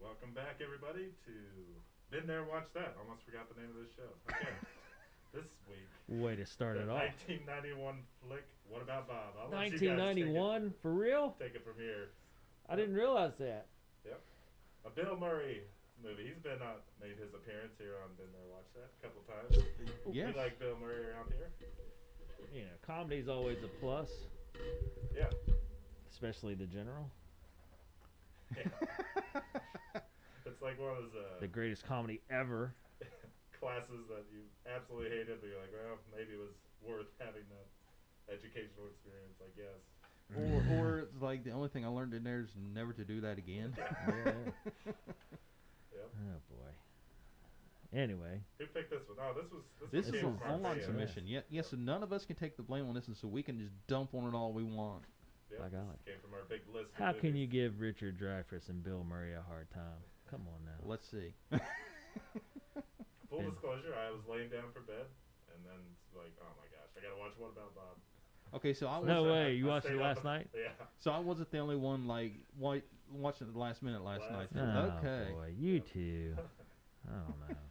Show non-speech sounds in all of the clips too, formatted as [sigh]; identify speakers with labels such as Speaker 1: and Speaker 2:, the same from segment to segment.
Speaker 1: welcome back everybody to Been There, Watch That. Almost forgot the name of this show.
Speaker 2: [laughs]
Speaker 1: Okay. this week,
Speaker 2: Way to start
Speaker 1: the
Speaker 2: it off.
Speaker 1: 1991 flick. What about Bob? I'll let you guys take it-
Speaker 2: 1991, for real?
Speaker 1: Take it from here.
Speaker 2: I didn't realize that.
Speaker 1: A Bill Murray movie. He's been on, made his appearance here on Been There, Watch That a couple times.
Speaker 2: Yes.
Speaker 1: We like Bill Murray around here.
Speaker 2: You know, comedy's always a plus,
Speaker 1: Yeah.
Speaker 2: especially the general.
Speaker 1: It's like one of those uh,
Speaker 2: The greatest comedy ever.
Speaker 1: classes that you absolutely hated, but you're like, well, maybe it was worth having that educational experience, I guess.
Speaker 3: or, or it's like the only thing I learned in there is never to do that again.
Speaker 2: [laughs] Yeah.
Speaker 1: Yep.
Speaker 2: oh, boy. Anyway,
Speaker 1: Who picked this one? Oh, this was this,
Speaker 3: This
Speaker 1: was
Speaker 3: is
Speaker 2: It's
Speaker 3: an
Speaker 1: James
Speaker 2: a
Speaker 3: online
Speaker 1: Martinez.
Speaker 2: submission.
Speaker 3: submission. Yes, yes, and none of us can take the blame on this, and so we can just dump on it all we want.
Speaker 1: Yep,
Speaker 2: By golly.
Speaker 1: this Came from our big list. of
Speaker 2: how can you
Speaker 1: movies.
Speaker 2: give Richard Dreyfuss and Bill Murray a hard time? Come on now.
Speaker 3: Let's
Speaker 2: [laughs]
Speaker 3: see.
Speaker 1: Full
Speaker 2: Yeah.
Speaker 1: disclosure: I was laying down for bed, and then it's like, oh my gosh, I gotta watch What About Bob?
Speaker 3: Okay, so I was
Speaker 2: No
Speaker 1: So
Speaker 2: way, you watched
Speaker 1: stayed
Speaker 2: it
Speaker 1: up
Speaker 2: last
Speaker 1: and-
Speaker 2: night?
Speaker 1: [laughs] Yeah.
Speaker 3: so I wasn't the only one like wa- watching at the last minute last
Speaker 1: Last
Speaker 3: night.
Speaker 2: Oh,
Speaker 3: okay,
Speaker 2: boy. You two.
Speaker 1: Uh,
Speaker 2: I don't know. [laughs]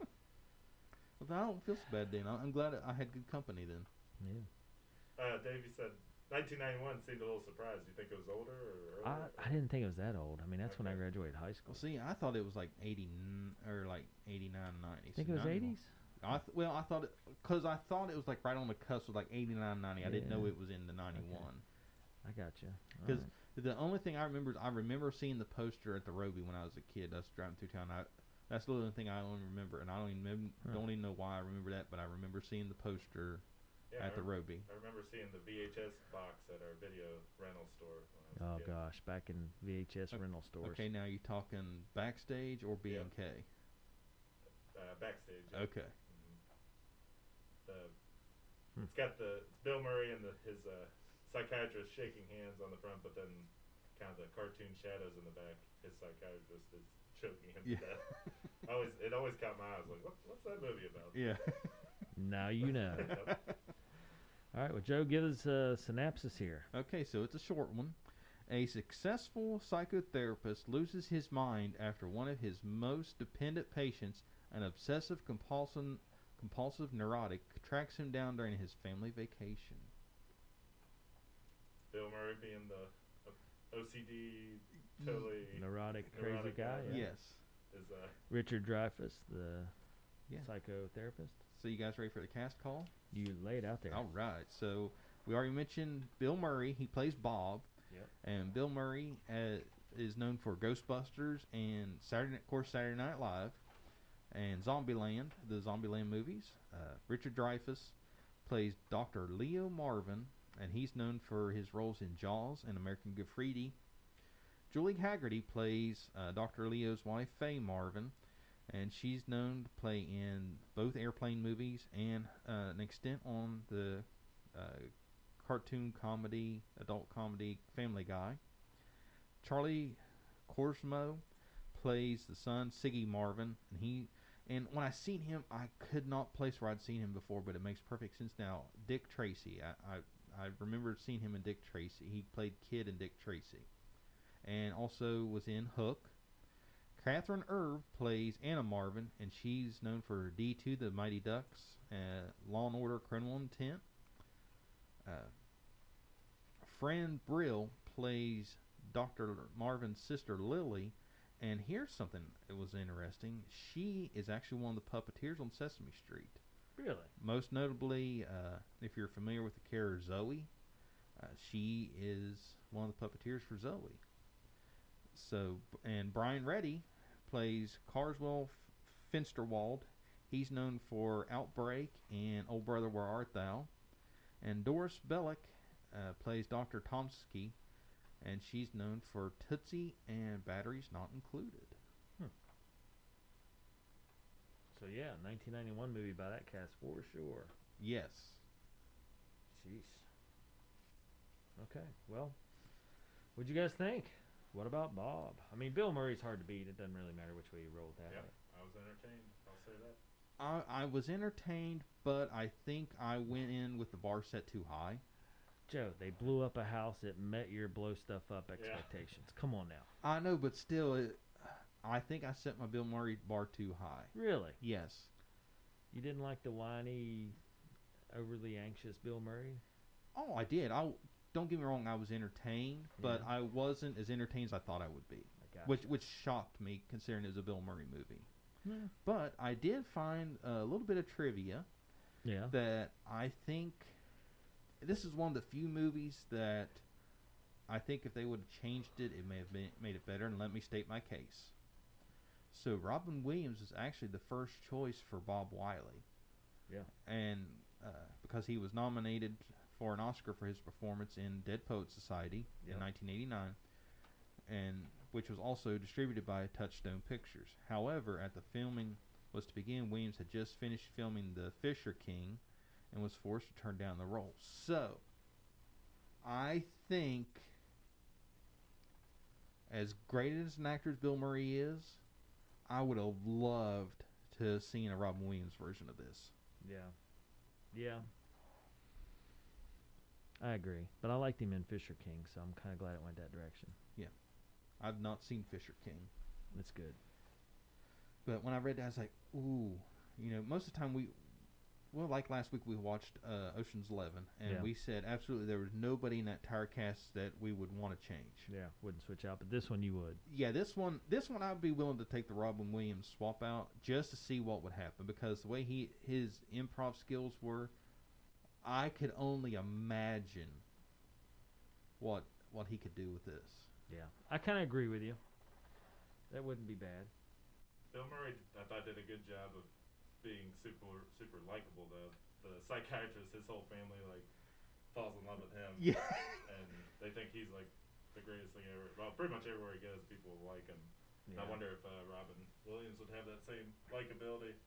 Speaker 3: well, then I don't feel so bad then. I- I'm glad I had good company then.
Speaker 2: Yeah.
Speaker 1: Uh, Davey said 1991 seemed a little surprised. You think it was older or earlier?
Speaker 2: I, I didn't think it was that old. I mean, that's when I graduated high school.
Speaker 3: Well, see, I thought it was like 80 n- or like 89, 90.
Speaker 2: I think it was 80s.
Speaker 3: I th- well, I thought it because I thought it was like right on the cusp of like 89, 90. I didn't know
Speaker 2: Yeah.
Speaker 3: it was in the 91.
Speaker 2: I got you. All
Speaker 3: Because
Speaker 2: right.
Speaker 3: the only thing I remember is I remember seeing the poster at the Roby when I was a kid. That's driving through town. I, that's the only thing I only remember, and I don't even mem-
Speaker 2: Huh.
Speaker 3: don't even know why I remember that, but I remember seeing the poster
Speaker 1: yeah,
Speaker 3: at
Speaker 1: I
Speaker 3: the
Speaker 1: rem-
Speaker 3: Roby.
Speaker 1: I remember seeing the VHS box at our video rental store. When I
Speaker 2: Oh
Speaker 1: was a kid.
Speaker 2: gosh, back in VHS
Speaker 3: Ok-
Speaker 2: rental stores.
Speaker 3: Okay, now you talking backstage or B and K?
Speaker 1: Uh, backstage. yeah.
Speaker 3: Okay.
Speaker 1: The,
Speaker 3: Hmm.
Speaker 1: It's got the it's Bill Murray and the, his uh, psychiatrist shaking hands on the front, but then kind of the cartoon shadows in the back. His psychiatrist is choking him
Speaker 3: Yeah.
Speaker 1: to [laughs] death. I always it always caught my eyes like what, what's that movie about?
Speaker 3: Yeah.
Speaker 2: Now you know.
Speaker 1: Yep.
Speaker 3: [laughs]
Speaker 2: All right, well, Joe, give us a synopsis here.
Speaker 3: Okay, so it's a short one. A successful psychotherapist loses his mind after one of his most dependent patients, an obsessive compulsive compulsive neurotic, tracks him down during his family vacation.
Speaker 1: Bill Murray being the uh, OCD
Speaker 3: Mm.
Speaker 1: totally
Speaker 2: Neurotic, crazy
Speaker 1: Neurotic
Speaker 2: guy.
Speaker 1: guy.
Speaker 2: yeah.
Speaker 3: Yes.
Speaker 1: is uh,
Speaker 2: Richard Dreyfuss, the
Speaker 3: Yeah.
Speaker 2: psychotherapist.
Speaker 3: So you guys ready for the cast call?
Speaker 2: You laid out there.
Speaker 3: All right. So we already mentioned Bill Murray. He plays Bob,
Speaker 1: yep.
Speaker 3: and Bill Murray uh, is known for Ghostbusters and Saturday, of course, Saturday Night Live, and Zombieland, the Zombieland movies. Uh, Richard Dreyfuss plays Dr. Leo Marvin, and he's known for his roles in Jaws and American Graffiti. Julie Haggerty plays uh, Dr. Leo's wife, Faye Marvin, and she's known to play in both airplane movies and uh, an extent on the uh, cartoon comedy, adult comedy, Family Guy. Charlie Corsmo plays the son Siggy Marvin, and he and when I seen him, I could not place where I'd seen him before, but it makes perfect sense now. Dick Tracy, I I, I remember seeing him in Dick Tracy. He played Kid in Dick Tracy, and also was in Hook. Catherine Irv plays Anna Marvin, and she's known for D2, The Mighty Ducks, uh, Law and Order, Criminal Intent. Uh, Fran Brill plays Dr. Marvin's sister Lily, and here's something that was interesting. She is actually one of the puppeteers on Sesame Street.
Speaker 2: Really?
Speaker 3: Most notably, uh, if you're familiar with the character Zoe, uh, she is one of the puppeteers for Zoe. So, and Brian Reddy plays Carswell F- Finsterwald. He's known for Outbreak and Old Brother Where Art Thou. And Doris Bellick uh, plays Dr. Tomsky, and she's known for Tootsie and Batteries Not Included.
Speaker 2: So yeah, 1991 movie by that cast for sure.
Speaker 3: Yes.
Speaker 2: Jeez. Okay. Well, what'd you guys think? What about Bob? I mean, Bill Murray's hard to beat. It doesn't really matter which way you roll with that.
Speaker 1: Yep. I was entertained. I'll say that.
Speaker 3: I, I was entertained, but I think I went in with the bar set too high.
Speaker 2: Joe, they blew up a house. It met your blow stuff up expectations. Come on now.
Speaker 3: I know, but still, it, I think I set my Bill Murray bar too high.
Speaker 2: Really?
Speaker 3: Yes.
Speaker 2: You didn't like the whiny, overly anxious Bill Murray?
Speaker 3: Oh, I did. I don't get me wrong. I was entertained, but
Speaker 2: Yeah.
Speaker 3: I wasn't as entertained as I thought I would be,
Speaker 2: I got
Speaker 3: which which shocked me considering it was a Bill Murray movie.
Speaker 2: Yeah.
Speaker 3: But I did find a little bit of trivia
Speaker 2: yeah.
Speaker 3: that I think this is one of the few movies that I think if they would have changed it, it may have been, made it better. And let me state my case. So Robin Williams is actually the first choice for Bob Wiley.
Speaker 2: Yeah.
Speaker 3: And uh, because he was nominated for an Oscar for his performance in Dead Poet Society
Speaker 2: Yep.
Speaker 3: in 1989, and which was also distributed by Touchstone Pictures. However, at the filming was to begin, Williams had just finished filming The Fisher King and was forced to turn down the role. So, I think as great as an actor as Bill Murray is, I would have loved to have seen a Robin Williams version of this.
Speaker 2: Yeah. Yeah. I agree. But I liked him in Fisher King, so I'm kind of glad it went that direction.
Speaker 3: I've not seen Fisher King.
Speaker 2: It's good.
Speaker 3: But when I read that, I was like, ooh, you know, most of the time we, well, like last week we watched uh, Ocean's Eleven, and
Speaker 2: Yeah.
Speaker 3: we said absolutely there was nobody in that entire cast that we would want to change.
Speaker 2: Yeah. Wouldn't switch out, but this one you would.
Speaker 3: Yeah, this one, this one I'd be willing to take the Robin Williams swap out just to see what would happen because the way he his improv skills were, I could only imagine what what he could do with this.
Speaker 2: Yeah. I kind of agree with you. That wouldn't be bad.
Speaker 1: Bill Murray, I thought, did a good job of being super, super likable. Though the psychiatrist, his whole family, like falls in love with him,
Speaker 3: Yeah,
Speaker 1: and they think he's like the greatest thing ever. Well, pretty much everywhere he goes, people like him. And I
Speaker 2: Yeah.
Speaker 1: wonder if uh, Robin Williams would have that same likability,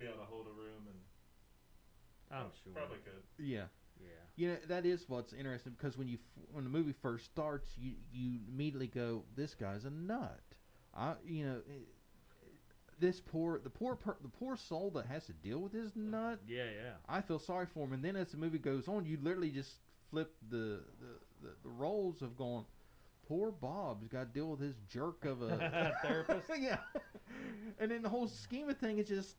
Speaker 1: be able to hold a room, and prob-
Speaker 2: I'm Oh, sure.
Speaker 1: Oh, probably could.
Speaker 3: yeah.
Speaker 2: Yeah.
Speaker 3: You know that is what's interesting because when you f- when the movie first starts, you you immediately go, "This guy's a nut." I you know, it, this poor the poor per, the poor soul that has to deal with this nut.
Speaker 2: Yeah, yeah.
Speaker 3: I feel sorry for him, and then as the movie goes on, you literally just flip the the, the, the roles of going. Poor Bob's got to deal with his jerk of a
Speaker 2: [laughs] Therapist?
Speaker 3: [laughs] yeah, and then the whole scheme of thing is just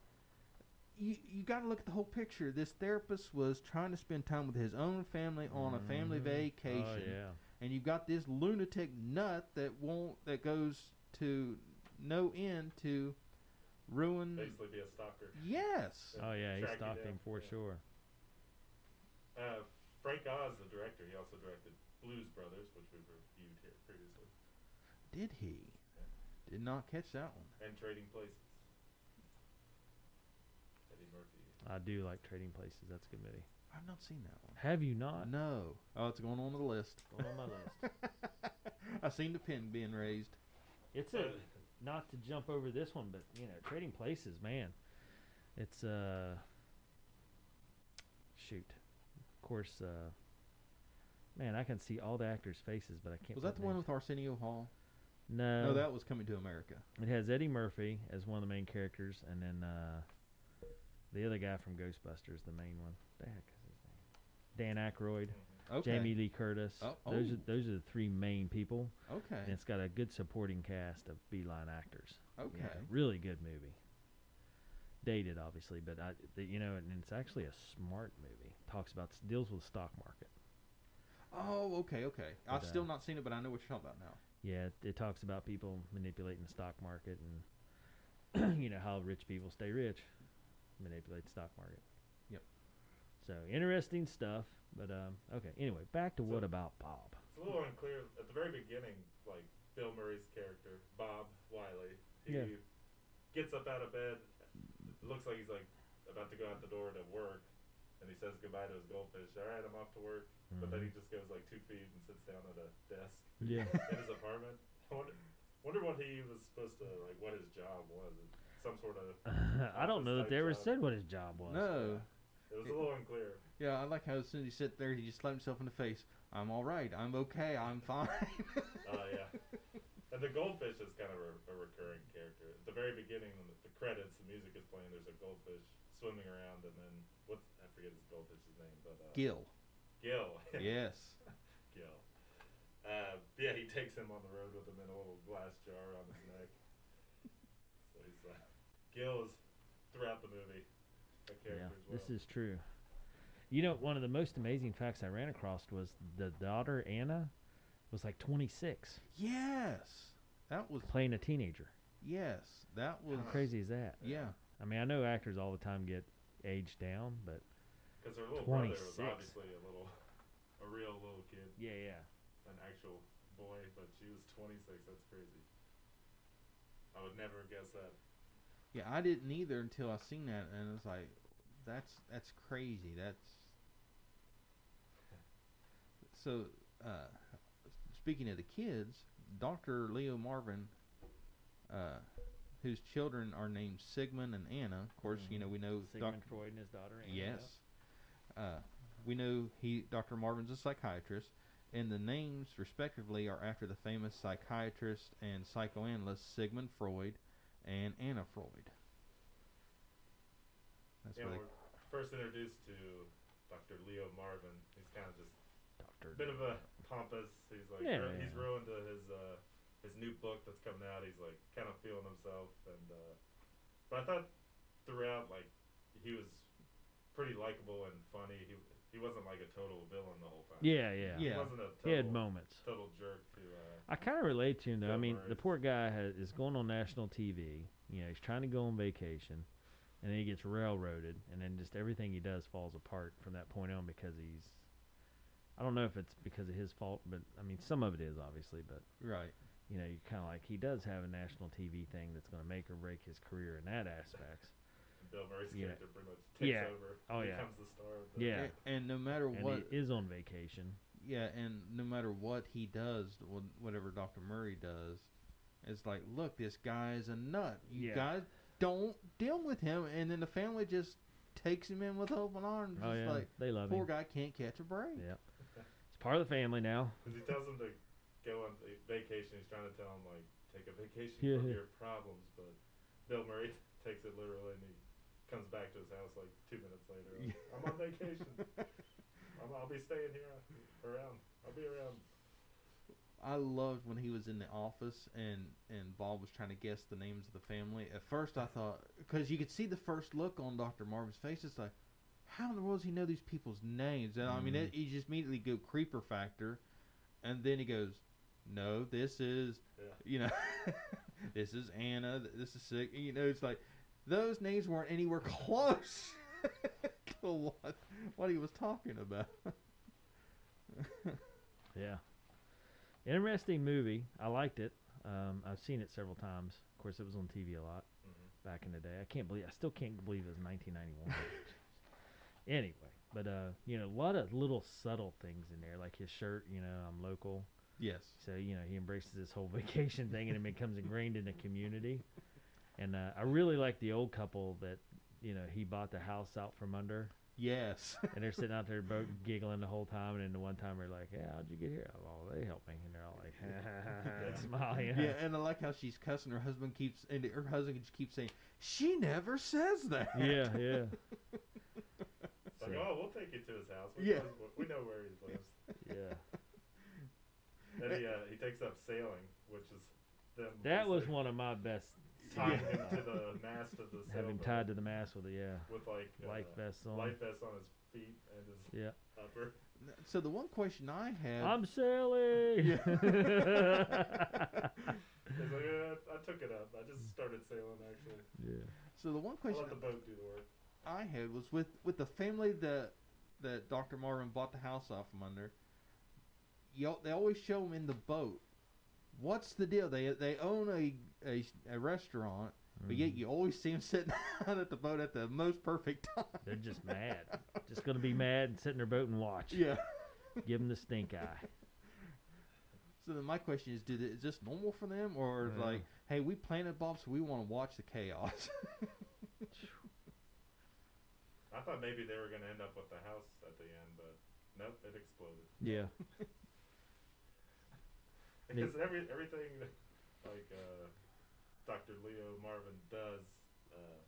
Speaker 3: you you got to look at the whole picture. This therapist was trying to spend time with his own family on a family
Speaker 2: Mhm.
Speaker 3: vacation,
Speaker 2: Oh, yeah.
Speaker 3: and you've got this lunatic nut that won't that goes to no end to ruin.
Speaker 1: Basically, be a stalker.
Speaker 3: Yes.
Speaker 2: Oh, yeah. He
Speaker 1: Track you
Speaker 2: stopped
Speaker 1: down,
Speaker 2: him for
Speaker 1: yeah.
Speaker 2: sure.
Speaker 1: Uh, Frank Oz, the director, he also directed Blues Brothers, which we've reviewed here previously,
Speaker 3: Did he? Did not catch that one.
Speaker 1: and Trading Places. Eddie Murphy.
Speaker 2: I do like Trading Places. That's a good movie.
Speaker 3: I've not seen that one.
Speaker 2: Have you not?
Speaker 3: No. Oh, it's going on the list.
Speaker 2: Going on my list.
Speaker 3: I seen the pin being raised.
Speaker 2: It's
Speaker 1: Uh,
Speaker 2: a not to jump over this one, but you know, Trading Places, man. It's uh shoot. Of course, uh man, I can see all the actors' faces, but I can't.
Speaker 3: Was that
Speaker 2: put
Speaker 3: the one
Speaker 2: names.
Speaker 3: with Arsenio Hall?
Speaker 2: No,
Speaker 3: no, that was Coming to America.
Speaker 2: it has Eddie Murphy as one of the main characters, and then uh the other guy from Ghostbusters, the main one. The heck is his name? Dan Aykroyd,
Speaker 1: Uh,
Speaker 3: Okay.
Speaker 2: Jamie Lee Curtis.
Speaker 3: Oh,
Speaker 2: Those
Speaker 3: oh.
Speaker 2: are those are the three main people,
Speaker 3: Okay.
Speaker 2: and it's got a good supporting cast of beeline actors.
Speaker 3: Okay.
Speaker 2: Yeah, really good movie. Dated, obviously, but I, th- you know, and it's actually a smart movie. Talks about deals with the stock market.
Speaker 3: Oh, okay, okay. I've
Speaker 2: But, uh,
Speaker 3: still not seen it, but I know what you're talking about now.
Speaker 2: Yeah, it, it talks about people manipulating the stock market and [clears throat] you know how rich people stay rich, manipulate the stock market.
Speaker 3: Yep.
Speaker 2: So interesting stuff, but um, okay. Anyway, back to
Speaker 1: So-
Speaker 2: what about Bob?
Speaker 1: It's a little unclear at the very beginning, like Bill Murray's character, Bob Wiley. He
Speaker 2: Yeah.
Speaker 1: gets up out of bed. It looks like he's like about to go out the door to work, and he says goodbye to his goldfish. All right, I'm off to work. But then he just goes like two feet and sits down at a desk
Speaker 3: [laughs]
Speaker 2: Yeah.
Speaker 1: in his apartment. [laughs] I wonder, wonder what he was supposed to like. What his job was. Some sort of.
Speaker 2: [laughs] I don't know that they ever
Speaker 1: Office-type
Speaker 2: said what his job was.
Speaker 3: No.
Speaker 1: It was a little unclear.
Speaker 3: Yeah, I like how as soon as he sit there, he just slapped himself in the face. I'm all right. I'm okay. I'm [laughs] fine.
Speaker 1: Oh, yeah. And the goldfish is kind of a, a recurring character. At the very beginning, when the, the credits, the music is playing. There's a goldfish swimming around, and then what's I forget his goldfish's name, but uh,
Speaker 3: Gil.
Speaker 1: Gil. [laughs]
Speaker 3: Yes.
Speaker 1: Gil. Uh, yeah, he takes him on the road with him in a little glass jar on his neck. But he's like, Gil is throughout the movie. A character
Speaker 2: Yeah,
Speaker 1: as well.
Speaker 2: this is true. You know, one of the most amazing facts I ran across was the daughter Anna was like 26,
Speaker 3: Yes, that was
Speaker 2: playing a teenager.
Speaker 3: yes, that was
Speaker 2: How crazy is that?
Speaker 3: Yeah,
Speaker 2: I mean, I know actors all the time get aged down, but
Speaker 1: Because her little brother
Speaker 2: 26.
Speaker 1: was obviously a little, a real little kid,
Speaker 2: yeah, yeah.
Speaker 1: an actual boy, but she was 26. That's crazy. I would never have guessed that.
Speaker 3: yeah. I didn't either until I seen that, and it's like, that's that's crazy. That's so. Uh, speaking of the kids, Doctor Leo Marvin, uh, whose children are named Sigmund and Anna. Of course, you
Speaker 2: Mhm.
Speaker 3: know we know Doc-
Speaker 2: Sigmund Freud and his daughter Anna.
Speaker 3: Yes. Uh, we know he, Dr. Marvin's a psychiatrist, and the names, respectively, are after the famous psychiatrist and psychoanalyst Sigmund Freud and Anna Freud. That's
Speaker 1: Yeah,
Speaker 3: really
Speaker 1: we're first introduced to Dr. Leo Marvin. He's kind of just
Speaker 2: Doctor.
Speaker 1: a bit of a pompous. He's like,
Speaker 2: Yeah,
Speaker 1: ru- he's
Speaker 2: yeah.
Speaker 1: ruined uh, his uh, his new book that's coming out. He's like kind of feeling himself, and uh, but I thought throughout like he was pretty likable and funny. He he wasn't like a total villain the whole time.
Speaker 2: Yeah, yeah.
Speaker 1: He
Speaker 3: Yeah.
Speaker 1: wasn't a
Speaker 2: He had
Speaker 1: total-
Speaker 2: moments.
Speaker 1: total jerk to uh,
Speaker 2: I kind of relate to him though.
Speaker 1: No
Speaker 2: I mean, the
Speaker 1: worries.
Speaker 2: poor guy has, is going on national TV. You know, he's trying to go on vacation, and then he gets railroaded, and then just everything he does falls apart from that point on because he's. I don't know if it's because of his fault, but I mean, some of it is obviously. But
Speaker 3: right.
Speaker 2: you know, you're kind of like he does have a national TV thing that's going to make or break his career in that aspect.
Speaker 1: Bill Murray's
Speaker 2: Yeah.
Speaker 1: character pretty much takes
Speaker 2: Yeah.
Speaker 1: over.
Speaker 2: Oh, yeah.
Speaker 1: becomes the star of the
Speaker 2: Yeah.
Speaker 3: A- And, no matter
Speaker 2: And
Speaker 3: what,
Speaker 2: he is on vacation.
Speaker 3: yeah, and no matter what he does, wh- whatever Dr. Murray does, it's like, look, this guy is a nut. You
Speaker 2: Yeah.
Speaker 3: guys don't deal with him, and then the family just takes him in with open arms.
Speaker 2: Oh
Speaker 3: it's
Speaker 2: yeah,
Speaker 3: like,
Speaker 2: they love
Speaker 3: poor
Speaker 2: him.
Speaker 3: guy can't catch a break.
Speaker 2: Yep, it's part of the family now.
Speaker 1: Because he tells him to go on a vacation. He's trying to tell him like take a vacation
Speaker 2: Yeah,
Speaker 1: from
Speaker 2: yeah.
Speaker 1: your problems, but Bill Murray [laughs] takes it literally and he comes back to his house like two minutes later. Like,
Speaker 2: [laughs]
Speaker 1: I'm on vacation.
Speaker 3: [laughs]
Speaker 1: I'm, I'll be staying here around. I'll be around.
Speaker 3: I loved when he was in the office and and Bob was trying to guess the names of the family. At first, I thought because you could see the first look on Doctor Marvin's face. It's like, how in the world does he know these people's names? And I mean,
Speaker 2: Mhm.
Speaker 3: it, you just immediately go creeper factor, and then he goes, "No, this is,
Speaker 1: Yeah.
Speaker 3: you know, [laughs] this is Anna. th- This is sick. You know, it's like those names weren't anywhere [laughs] close to what what he was talking about." [laughs]
Speaker 2: Yeah. Interesting movie. I liked it. Um, I've seen it several times. Of course, it was on TV a lot
Speaker 1: Mhm.
Speaker 2: back in the day. I can't believe. I still can't believe it was 1991. [laughs] anyway, but uh, you know, a lot of little subtle things in there, like his shirt. You know, I'm local,
Speaker 3: yes.
Speaker 2: so you know he embraces this whole [laughs] vacation thing, and it becomes ingrained in the community. And uh, I really like the old couple that you know he bought the house out from under.
Speaker 3: Yes.
Speaker 2: And they're sitting out there both giggling the whole time, and then the one time they're like, "Yeah, how'd you get here?" Oh, they helped me, and they're all like, [laughs] and smiling.
Speaker 3: Yeah, and I like how she's cussing. Her husband keeps and her husband just keeps saying, "She never says that."
Speaker 2: yeah, yeah. [laughs]
Speaker 1: It's like,
Speaker 2: So-
Speaker 1: oh, we'll take you to his house. We,
Speaker 3: Yeah.
Speaker 1: know, his- we know where he lives.
Speaker 2: [laughs] yeah.
Speaker 1: Then he, uh, he takes up sailing, which is them.
Speaker 2: That was
Speaker 1: basically
Speaker 2: one of my best.
Speaker 1: Tying
Speaker 3: Yeah.
Speaker 1: him to the mast of the
Speaker 2: Having
Speaker 1: sailboat
Speaker 2: tied to the mast with it, yeah.
Speaker 1: with like uh,
Speaker 2: Life vests on.
Speaker 1: life vest on his feet and his
Speaker 2: Yeah.
Speaker 1: upper.
Speaker 3: [laughs] So the one question I had, [laughs]
Speaker 2: I'm sailing.
Speaker 3: Yeah.
Speaker 1: He's like, uh, I took it up. I just started sailing actually.
Speaker 2: [laughs] yeah.
Speaker 3: so the one
Speaker 1: I
Speaker 3: question
Speaker 1: let the boat do the work.
Speaker 3: I had was with with the family that that Dr. Marvin bought the house off from under. You they always show them in the boat. What's the deal? They they own a a, a restaurant, but yet
Speaker 2: Mhm.
Speaker 3: you always see them [laughs] sitting out at the boat at the most perfect time.
Speaker 2: They're just mad. Just gonna be mad and sit in their boat and watch.
Speaker 3: yeah.
Speaker 2: Give them the stink eye.
Speaker 3: So then my question is, did it, is this normal for them, or
Speaker 2: Yeah.
Speaker 3: like, hey, we planted Bob, so we want to watch the chaos? [laughs]
Speaker 1: I thought maybe they were gonna end up with the house at the end, but nope, it exploded. [laughs]
Speaker 2: Yeah. Me-
Speaker 1: Because every everything that, like uh, Dr. Leo Marvin does, uh,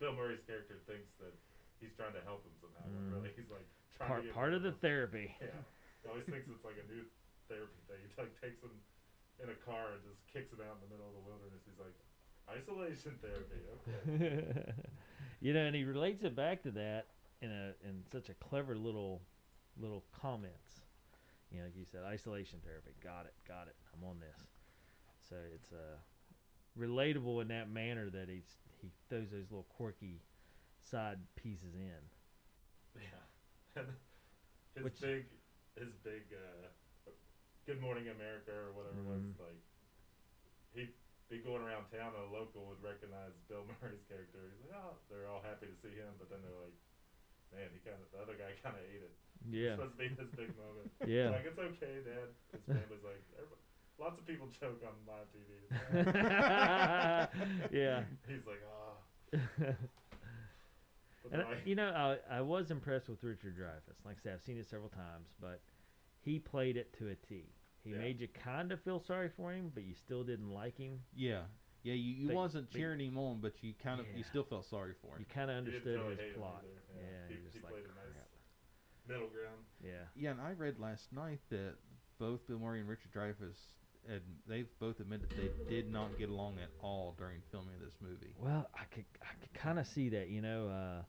Speaker 1: Bill Murray's character thinks that he's trying to help him somehow. when
Speaker 2: Mm.
Speaker 1: Really, he's like trying to
Speaker 2: Part
Speaker 1: get
Speaker 2: part
Speaker 1: rid
Speaker 2: of the
Speaker 1: him.
Speaker 2: therapy.
Speaker 1: Yeah. He always thinks it's like a new therapy thing. He like takes him in a car and just kicks him out in the middle of the wilderness. He's like, Isolation therapy.
Speaker 2: [laughs]
Speaker 1: Okay.
Speaker 2: you know, and he relates it back to that in a in such a clever little little comments. You know, like you said, isolation therapy. Got it, got it. I'm on this. So it's uh, relatable in that manner that he's he throws those little quirky side pieces in.
Speaker 1: Yeah. his
Speaker 2: Which-
Speaker 1: big, his big, uh, Good Morning America or whatever it was
Speaker 2: Mhm.
Speaker 1: like. He'd be going around town, and a local would recognize Bill [laughs] Murray's character. He's like, oh, they're all happy to see him, but then they're like, man, he kind of, the other guy kind of ate it.
Speaker 2: Yeah,
Speaker 1: It's supposed to be this big moment.
Speaker 2: Yeah.
Speaker 1: Like it's okay, Dad. His family's like, "Everybo- lots of people joke on live TV.
Speaker 2: [laughs] yeah.
Speaker 1: [laughs] He's like, ah.
Speaker 2: [laughs]
Speaker 1: But
Speaker 2: And
Speaker 1: they're
Speaker 2: I,
Speaker 1: like,
Speaker 2: you know, I, I was impressed with Richard Dreyfuss. Like I said, I've seen it several times, but he played it to a T. He
Speaker 1: Yeah.
Speaker 2: made you kind of feel sorry for him, but you still didn't like him.
Speaker 3: Yeah. Yeah, you, you
Speaker 2: They-
Speaker 3: wasn't
Speaker 2: they-
Speaker 3: cheering him on, but you kind of you
Speaker 2: Yeah.
Speaker 3: still felt sorry for him.
Speaker 2: You kind of
Speaker 1: You didn't
Speaker 2: understood
Speaker 1: really hate
Speaker 2: his
Speaker 1: him
Speaker 2: plot.
Speaker 1: either,
Speaker 2: Yeah,
Speaker 1: yeah. He-
Speaker 2: you're just
Speaker 1: he
Speaker 2: like,
Speaker 1: played a nice-
Speaker 2: "Crap."
Speaker 1: middle ground.
Speaker 2: Yeah,
Speaker 3: Yeah, and I read last night that both Bill Murray and Richard Dreyfuss and they've both admitted they did not get along at all during filming this movie.
Speaker 2: Well, I could I could kind of see that, you know, uh,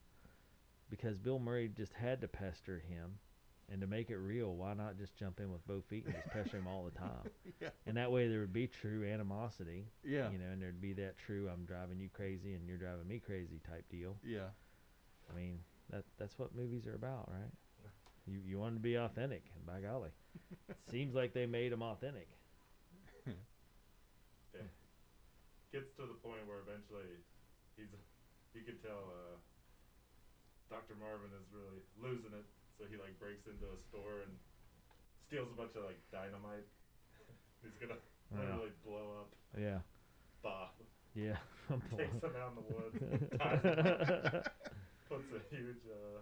Speaker 2: because Bill Murray just had to pester him, and to make it real, why not just jump in with both feet and just pester him all
Speaker 1: [laughs]
Speaker 2: the time?
Speaker 3: [laughs] Yeah.
Speaker 2: And that way there would be true animosity,
Speaker 3: Yeah.
Speaker 2: you know, and there'd be that true I'm driving you crazy and you're driving me crazy type deal.
Speaker 3: Yeah.
Speaker 2: I mean, that that's what movies are about, right? You you want 'em to be authentic, and by golly, it seems like they made him authentic.
Speaker 1: Gets to the point where eventually, he's, you can tell, uh, Dr. Marvin is really losing it. So he like breaks into a store and steals a bunch of like dynamite. [laughs] he's gonna
Speaker 2: Yeah.
Speaker 1: literally blow up
Speaker 2: Yeah, [laughs]
Speaker 1: [laughs] Bob.
Speaker 2: yeah.
Speaker 1: Takes him out in the
Speaker 2: [laughs]
Speaker 1: woods. ties him up.
Speaker 2: yeah,
Speaker 1: puts a huge uh,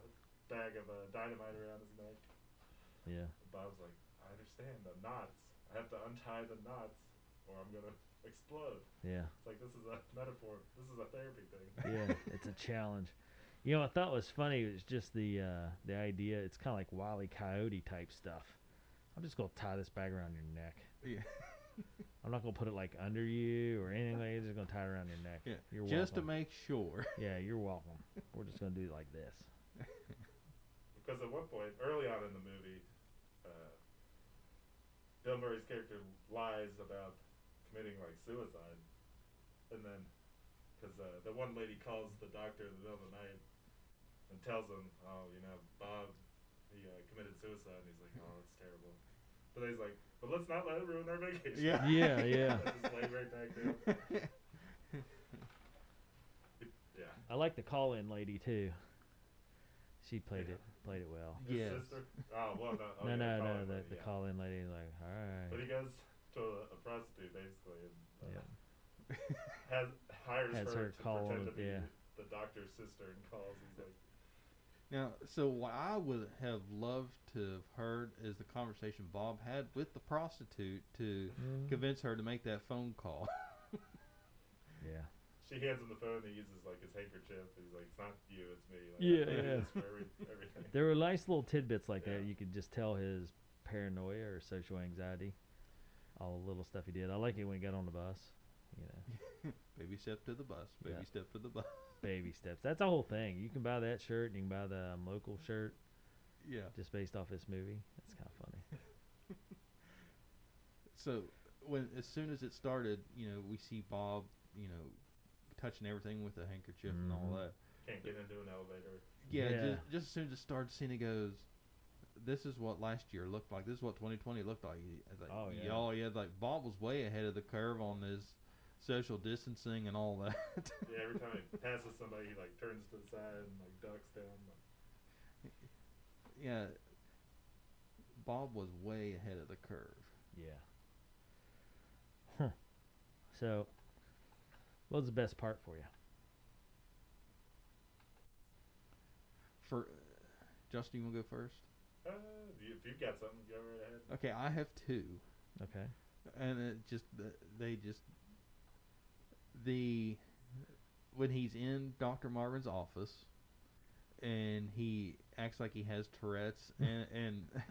Speaker 1: bag of uh, dynamite around his neck. Bob's like, I understand the knots. I have to untie the knots, or I'm gonna explode.
Speaker 2: yeah,
Speaker 1: It's like this is a metaphor. This is a therapy thing.
Speaker 2: [laughs] yeah.
Speaker 3: [laughs]
Speaker 2: It's a challenge. You know, I thought was funny was just the uh, the idea. It's kind of like Wile E. Coyote type stuff. I'm just gonna tie this bag around your neck.
Speaker 3: [laughs] Yeah.
Speaker 2: I'm not gonna put it like under you or anything. Like that. Just gonna tie it around your neck.
Speaker 3: yeah.
Speaker 2: You're
Speaker 3: Just to
Speaker 2: welcome.
Speaker 3: make [laughs] sure.
Speaker 2: Yeah, you're welcome. We're just gonna do it like this.
Speaker 1: Because at one point, early on in the movie, uh, Bill Murray's character lies about committing like suicide, and then because uh, the one lady calls the doctor in the middle of the night and tells him, "Oh, you know, Bob, he uh, committed suicide," and he's like, "Oh, that's terrible." But then he's like, "But let's not let it ruin our vacation."
Speaker 3: Yeah.
Speaker 2: Yeah, yeah.
Speaker 1: [laughs]
Speaker 3: [laughs]
Speaker 1: Just lay right back down. Yeah.
Speaker 2: I like the call in lady too. She played
Speaker 1: Yeah.
Speaker 2: it played it well.
Speaker 1: His
Speaker 3: Yes.
Speaker 1: sister. Oh well, no. Oh,
Speaker 2: no,
Speaker 1: yeah,
Speaker 2: no, no.
Speaker 1: Colin
Speaker 2: The,
Speaker 1: Lady,
Speaker 2: the
Speaker 1: yeah.
Speaker 2: call in lady like, all
Speaker 1: But he
Speaker 2: right,
Speaker 1: goes to a, a prostitute basically and uh,
Speaker 2: Yeah.
Speaker 3: [laughs]
Speaker 1: has hires
Speaker 2: Has
Speaker 1: her,
Speaker 2: her
Speaker 1: to
Speaker 2: call
Speaker 1: pretend to
Speaker 2: him,
Speaker 1: be
Speaker 2: yeah.
Speaker 1: the doctor's sister and calls. He's like,
Speaker 3: Now, so what I would have loved to have heard is the conversation Bob had with the prostitute to
Speaker 2: Mhm.
Speaker 3: convince her to make that phone call. [laughs]
Speaker 2: yeah.
Speaker 1: she hands him the phone. and He uses like his handkerchief. He's like, it's not you, it's me. Like,
Speaker 2: Yeah,
Speaker 1: I do
Speaker 2: yeah.
Speaker 1: this for every, everything.
Speaker 2: There were nice little tidbits like that.
Speaker 1: Yeah.
Speaker 2: You could just tell his paranoia or social anxiety, all the little stuff he did. I like it when he got on the bus. You know,
Speaker 1: [laughs]
Speaker 3: baby step to the bus. Baby
Speaker 2: Yeah.
Speaker 3: step to the bus. [laughs]
Speaker 2: baby steps. That's the whole thing. You can buy that shirt. You can buy the um, local shirt
Speaker 3: Yeah.
Speaker 2: just based off this movie. That's kind of funny.
Speaker 3: So when as soon as it started, you know, we see Bob, you know, touching everything with a handkerchief and all
Speaker 2: Mhm.
Speaker 3: that.
Speaker 1: Can't get into an elevator.
Speaker 3: Yeah,
Speaker 2: Yeah.
Speaker 3: Just, just as soon as it started, Cena goes, "This is what last year looked like. This is what 2020 looked like." He- it's like
Speaker 2: Oh, yeah.
Speaker 3: y'all, yeah, like Bob was way ahead of the curve on this social distancing and all that.
Speaker 1: [laughs] Yeah, every time he passes somebody, he like turns to the side and like ducks down. Like,
Speaker 3: yeah, Bob was way ahead of the curve.
Speaker 2: Yeah. Huh. So, what was the best part for you?
Speaker 3: For uh, Justin, you want to go first?
Speaker 1: uh, if you- if you've got something, go right ahead.
Speaker 3: Okay, I have two,
Speaker 2: Okay.
Speaker 3: and it just th- they just the when he's in Doctor Marvin's office. And he acts like he has Tourette's and and,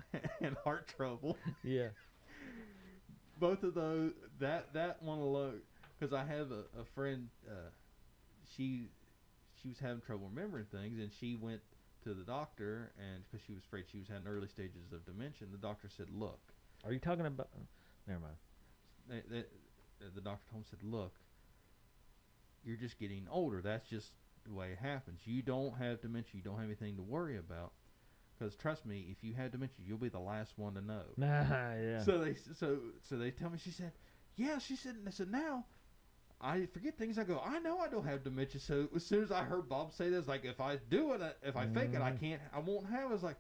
Speaker 3: and [laughs] heart trouble.
Speaker 2: Yeah.
Speaker 3: both of those that that one alone because I have a, a friend. Uh, she she was having trouble remembering things, and she went to the doctor, and because she was afraid she was having early stages of dementia, the doctor said, "Look."
Speaker 2: Are you talking about? Never mind.
Speaker 3: They, they, the doctor told him said, "Look, you're just getting older. That's just the way it happens. You don't have dementia. You don't have anything to worry about. Because trust me, if you have dementia, you'll be the last one to know."
Speaker 2: Nah, yeah.
Speaker 3: So they so so they tell me she said, "Yeah." She said, "I said now." I forget things. I go. I know I don't have dementia. So as soon as I heard Bob say this, like if I do it, I- if I fake it, I
Speaker 2: Mm.
Speaker 3: can't. I won't have. it." It's like,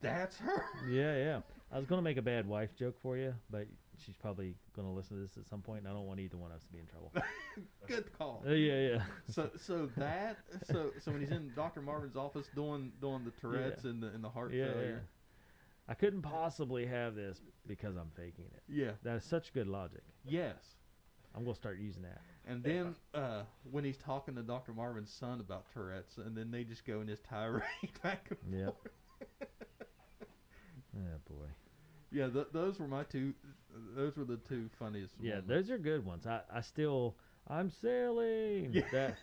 Speaker 3: that's her.
Speaker 2: yeah, yeah. I was gonna make a bad wife joke for you, but she's probably gonna listen to this at some point, and I don't want either one of us to be in [laughs] trouble.
Speaker 3: [laughs] Good call.
Speaker 2: Uh, yeah, yeah.
Speaker 3: so so that so so when he's in Dr. Marvin's office doing doing the Tourette's and the and the heart
Speaker 2: yeah, yeah.
Speaker 3: failure.
Speaker 2: I couldn't possibly have this because I'm faking it.
Speaker 3: Yeah.
Speaker 2: That is such good logic.
Speaker 3: Yes.
Speaker 2: I'm gonna start using that.
Speaker 3: And then uh, when he's talking to Dr. Marvin's son about Tourette's, and then they just go in this tirade [laughs] back and
Speaker 2: Yep.
Speaker 3: forth.
Speaker 2: Oh boy.
Speaker 3: Yeah, th- those were my two. Those were the two funniest.
Speaker 2: Yeah,
Speaker 3: moments.
Speaker 2: those are good ones. I, I still I'm sailing. That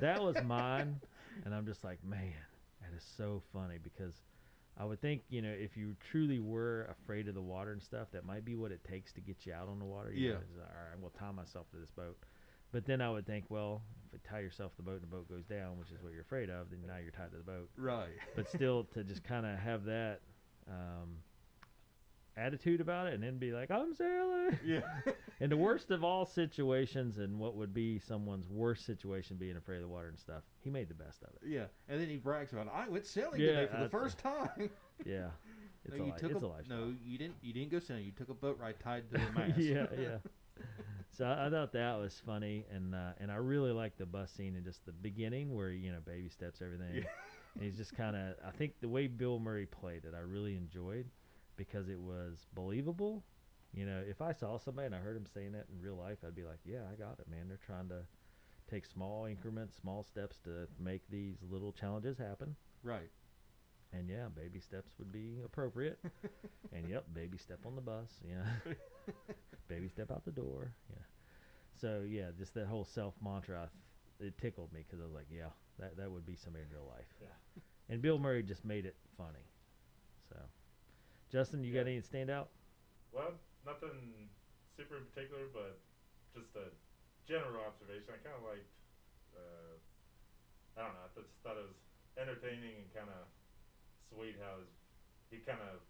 Speaker 2: that was mine, and I'm just like, man, that is so funny because I would think you know if you truly were afraid of the water and stuff, that might be what it takes to get you out on the water. you know,
Speaker 3: Yeah.
Speaker 2: it's like, all right, I'm gonna tie myself to this boat. But then I would think, well, if you tie yourself to the boat and the boat goes down, which is what you're afraid of, then now you're tied to the boat
Speaker 3: [laughs] right.
Speaker 2: but still to just kind of have that um, attitude about it and then be like i'm sailing
Speaker 3: [laughs] Yeah.
Speaker 2: in the worst of all situations and what would be someone's worst situation being afraid of the water and stuff he made the best of
Speaker 3: yeah. And then he brags about, "I went sailing
Speaker 2: Yeah,
Speaker 3: today for the
Speaker 2: that's-
Speaker 3: first time."
Speaker 2: it yeah [laughs] it's
Speaker 3: [laughs] no,
Speaker 2: a
Speaker 3: you
Speaker 2: li-
Speaker 3: took
Speaker 2: it's
Speaker 3: a,
Speaker 2: a lifestyle
Speaker 3: no, you didn't. You didn't go sailing. You took a boat ride tied
Speaker 2: [laughs]
Speaker 3: to a mast. [laughs]
Speaker 2: yeah yeah so I, I thought that was funny and uh, and i really like the bus scene and just the beginning where you know baby steps everything
Speaker 3: Yeah.
Speaker 2: and he's just kind of i think the way bill murray played it i really enjoyed because it was believable you know if i saw somebody and i heard him saying that in real life i'd be like yeah i got it man they're trying to take small increments small steps to make these little challenges happen
Speaker 3: Right. [laughs]
Speaker 2: and yeah baby steps would be appropriate and yep baby step on the bus yeah baby step out the door yeah so yeah just that whole self mantra I th- it tickled me because i was like yeah that, that would be somebody in real life
Speaker 1: Yeah.
Speaker 2: and bill murray just made it funny so justin you got any stand out
Speaker 1: Well, nothing super in particular, but just a general observation. I kind of liked. Uh, I don't know. I just thought it was entertaining and kind of sweet how his, he kind of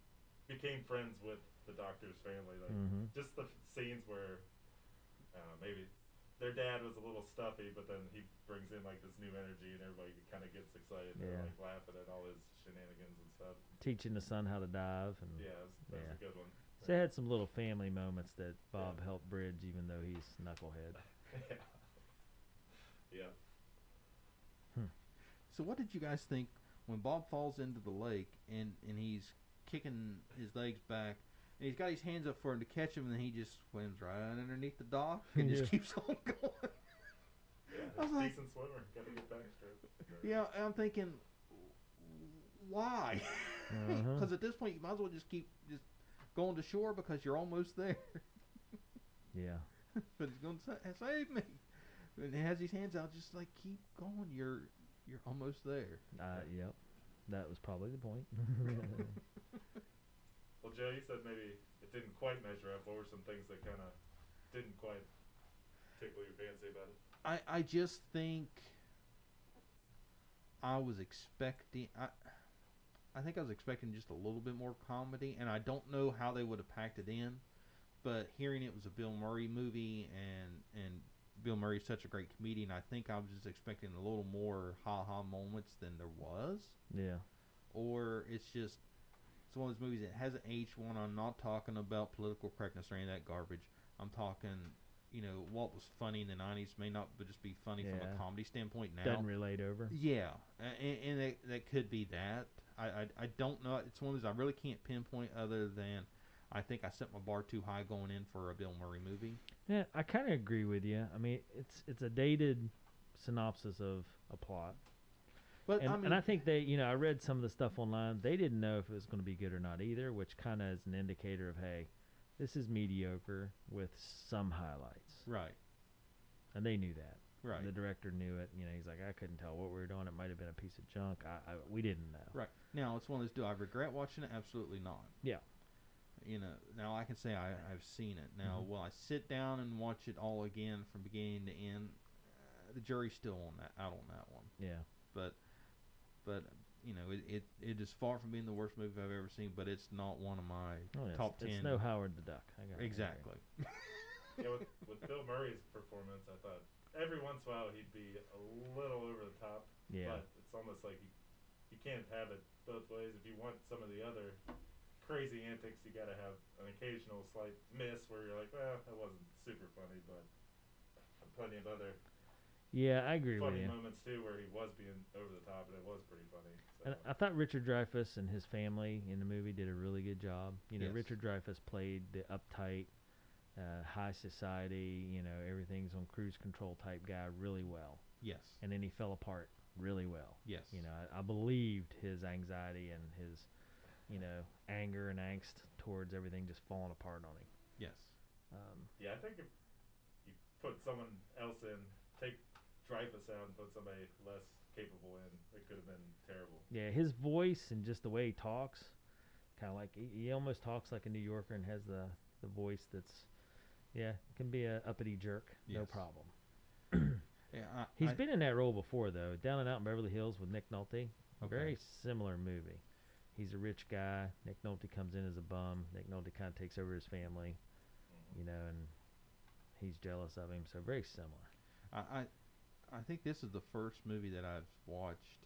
Speaker 1: became friends with the doctor's family. Like
Speaker 2: mm-hmm.
Speaker 1: just the f- scenes where I don't know, maybe their dad was a little stuffy, but then he brings in like this new energy, and everybody kind of gets excited. They're
Speaker 2: Yeah.
Speaker 1: like laughing at all his shenanigans and stuff.
Speaker 2: teaching the son how to dive and
Speaker 1: Yeah, that was, that was a good one.
Speaker 2: so they had some little family moments that bob helped bridge even though he's knucklehead
Speaker 1: [laughs] yeah.
Speaker 3: [laughs] So what did you guys think when Bob falls into the lake and and he's kicking his legs back and he's got his hands up for him to catch him and then he just swims right underneath the dock and
Speaker 2: Yeah.
Speaker 3: just keeps on [laughs] going.
Speaker 1: Yeah,
Speaker 3: I was
Speaker 1: he's a
Speaker 3: like-
Speaker 1: decent swimmer. Got to get
Speaker 3: [laughs]
Speaker 1: backstroke. Or-
Speaker 3: Yeah, and I'm thinking [laughs] why?
Speaker 2: Uh-huh.
Speaker 3: Because at this point you might as well just keep just going to shore because you're almost there. [laughs]
Speaker 2: yeah
Speaker 3: but he's going to sa- save me. And he has his hands out just like keep going. You're you're almost there.
Speaker 2: Uh, yep. That was probably the
Speaker 1: [laughs]
Speaker 2: point.
Speaker 3: [laughs]
Speaker 1: Well, Joe, you said maybe it didn't quite measure up. What were some things that kind of didn't quite tickle your fancy about it?
Speaker 3: I, I just think I was expecting I I think I was expecting just a little bit more comedy and I don't know how they would have packed it in, but hearing it was a Bill Murray movie and and Bill Murray's such a great comedian, I think I was just expecting a little more ha ha moments than there was.
Speaker 2: yeah.
Speaker 3: Or it's just it's one of those movies that hasn't aged one. I'm not talking about political correctness or any of that garbage. I'm talking, you know, what was funny in the '90s may not b- just be funny from
Speaker 2: Yeah.
Speaker 3: a comedy standpoint now.
Speaker 2: Doesn't relate over.
Speaker 3: yeah, a- and, and that, that could be that. I, I I don't know. It's one of those I really can't pinpoint other than I think I set my bar too high going in for a Bill Murray movie.
Speaker 2: Yeah, I kind of agree with you. I mean, it's it's a dated synopsis of a plot,
Speaker 3: But
Speaker 2: and
Speaker 3: I mean,
Speaker 2: and I think they, you know, I read some of the stuff online. They didn't know if it was going to be good or not either, which kind of is an indicator of hey, this is mediocre with some highlights.
Speaker 3: right.
Speaker 2: and they knew that.
Speaker 3: Right.
Speaker 2: The director knew it. You know, he's like, I couldn't tell what we were doing. It might have been a piece of junk. I, I we didn't know.
Speaker 3: Right. Now, it's one of those do I regret watching it? Absolutely not.
Speaker 2: Yeah.
Speaker 3: You know, now I can say I, I've seen it. Now,
Speaker 2: Mhm.
Speaker 3: will I sit down and watch it all again from beginning to end? Uh, the jury's still on that out on that one.
Speaker 2: Yeah.
Speaker 3: But, but you know, it, it, it is far from being the worst movie I've ever seen, but it's not one of my
Speaker 2: Oh, yeah,
Speaker 3: top
Speaker 2: it's,
Speaker 3: ten.
Speaker 2: It's no Howard the Duck. I got it, I got it.
Speaker 3: exactly.
Speaker 1: yeah, with, with Bill Murray's performance, I thought every once in a while he'd be a little over the top.
Speaker 2: Yeah.
Speaker 1: But it's almost like you, you can't have it both ways. If you want some of the other crazy antics, you got to have an occasional slight miss where you're like, well, that wasn't super funny, but plenty of other
Speaker 2: Yeah, I agree with
Speaker 1: funny
Speaker 2: you.
Speaker 1: moments too where he was being over the top and it was pretty funny. So.
Speaker 2: And uh, I thought Richard Dreyfuss and his family in the movie did a really good job. You know,
Speaker 3: Yes.
Speaker 2: Richard Dreyfuss played the uptight, uh, high society, you know, everything's on cruise control type guy really well.
Speaker 3: [laughs] Yes.
Speaker 2: And then he fell apart really well.
Speaker 3: Yes.
Speaker 2: You know, I, I believed his anxiety and his, you know, anger and angst towards everything just falling apart on him.
Speaker 3: Yes.
Speaker 2: Um,
Speaker 1: yeah, I think if you put someone else in, take Dreyfus out and put somebody less capable in, it could have been terrible.
Speaker 2: yeah, his voice and just the way he talks, kind of like he, he almost talks like a New Yorker and has the the voice that's, yeah, can be a uppity jerk, no
Speaker 3: Yes.
Speaker 2: problem.
Speaker 3: Yeah. I,
Speaker 2: He's
Speaker 3: I-
Speaker 2: been in that role before though, down and out in Beverly Hills with Nick Nolte.
Speaker 3: Okay.
Speaker 2: Very similar movie. He's a rich guy. Nick Nolte comes in as a bum. Nick Nolte kind of takes over his family, you know, and he's jealous of him. So very similar.
Speaker 3: I, I I think this is the first movie that I've watched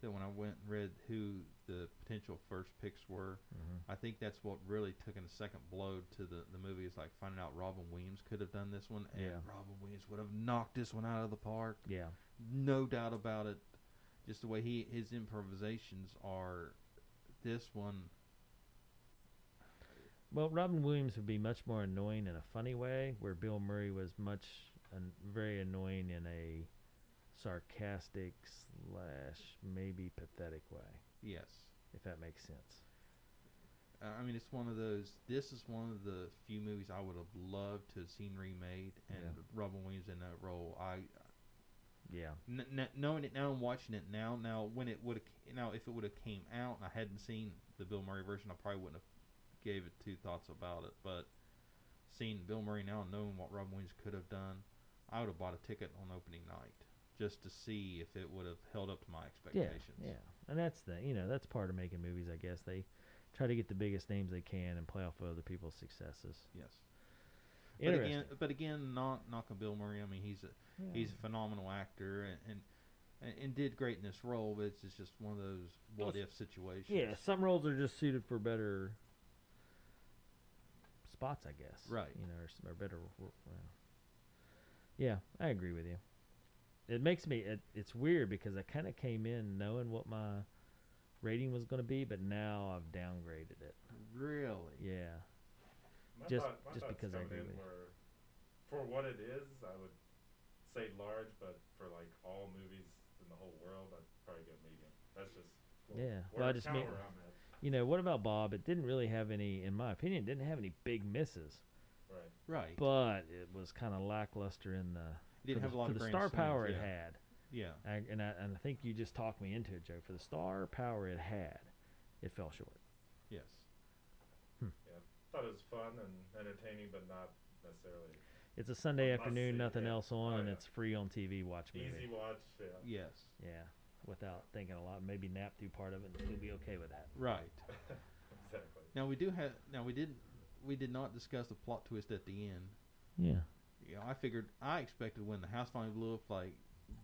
Speaker 3: that when I went and read who the potential first picks were,
Speaker 2: Mhm.
Speaker 3: I think that's what really took in a second blow to the, the movie is like finding out Robin Williams could have done this one and
Speaker 2: Yeah.
Speaker 3: Robin Williams would have knocked this one out of the park.
Speaker 2: Yeah.
Speaker 3: No doubt about it. Just the way he his improvisations are this one
Speaker 2: Well, Robin Williams would be much more annoying in a funny way, where Bill Murray was much an, very annoying in a sarcastic slash maybe pathetic way,
Speaker 3: yes.
Speaker 2: if that makes sense.
Speaker 3: Uh, I mean, it's one of those. This is one of the few movies I would have loved to have seen remade, and
Speaker 2: Yeah.
Speaker 3: Robin Williams in that role. I
Speaker 2: Yeah.
Speaker 3: n- n- knowing it now and watching it now, now when it would have now if it would have came out and I hadn't seen the Bill Murray version, I probably wouldn't have gave it two thoughts about it. But seeing Bill Murray now and knowing what Robin Williams could have done, I would have bought a ticket on opening night just to see if it would have held up to my
Speaker 2: Yeah.
Speaker 3: expectations.
Speaker 2: Yeah. And that's the you know that's part of making movies, I guess. They try to get the biggest names they can and play off of other people's successes.
Speaker 3: Yes. But
Speaker 2: Interesting.
Speaker 3: again, but again, not knocking Bill Murray. I mean, he's a
Speaker 2: Yeah.
Speaker 3: he's a phenomenal actor and. and and- and did great in this role, but it's just one of those what if situations.
Speaker 2: yeah. Some roles are just suited for better spots, I guess.
Speaker 3: Right.
Speaker 2: You know, or, s- or better. r- r- uh, Yeah, I agree with you. It makes me. It, it's weird because I kind of came in knowing what my rating was going to be, but now I've downgraded it.
Speaker 3: Really.
Speaker 2: Yeah.
Speaker 1: My
Speaker 2: Just-
Speaker 1: thought, my
Speaker 2: just
Speaker 1: thoughts
Speaker 2: because I
Speaker 1: coming
Speaker 2: agree
Speaker 1: in
Speaker 2: with you.
Speaker 1: were, for what it is, I would say large, but for like all movies in the whole world, I'd probably go medium. That's just
Speaker 2: Yeah,
Speaker 1: Where,
Speaker 2: well, I just
Speaker 1: kinda
Speaker 2: mean-
Speaker 1: where I'm at.
Speaker 2: You know, what about Bob? It didn't really have any, in my opinion, it didn't have any big misses,
Speaker 1: Right.
Speaker 3: Right.
Speaker 2: but it was kind of lackluster in the
Speaker 3: It didn't
Speaker 2: for
Speaker 3: have
Speaker 2: the,
Speaker 3: a lot
Speaker 2: for
Speaker 3: of
Speaker 2: the
Speaker 3: grand
Speaker 2: star
Speaker 3: slams,
Speaker 2: power
Speaker 3: yeah.
Speaker 2: it had.
Speaker 3: Yeah.
Speaker 2: I, and I, and I think you just talked me into it, Joe. For the star power it had, it fell short.
Speaker 3: Yes.
Speaker 1: Thought it was fun and entertaining, but not necessarily
Speaker 2: It's a Sunday
Speaker 1: must
Speaker 2: afternoon,
Speaker 1: Oh, see,
Speaker 2: nothing
Speaker 1: yeah.
Speaker 2: else on,
Speaker 1: Oh,
Speaker 2: and
Speaker 1: yeah.
Speaker 2: it's free on TV. Watch movie.
Speaker 1: easy watch. Yeah. [laughs]
Speaker 3: Yes.
Speaker 2: Yeah, without thinking a lot. Maybe nap through part of it, and you'll be okay with that.
Speaker 3: Right.
Speaker 1: Exactly.
Speaker 3: Now we do have. Now we didn't. We did not discuss the plot twist at the end.
Speaker 2: Yeah.
Speaker 3: You know, I figured. I expected when the house finally blew up, like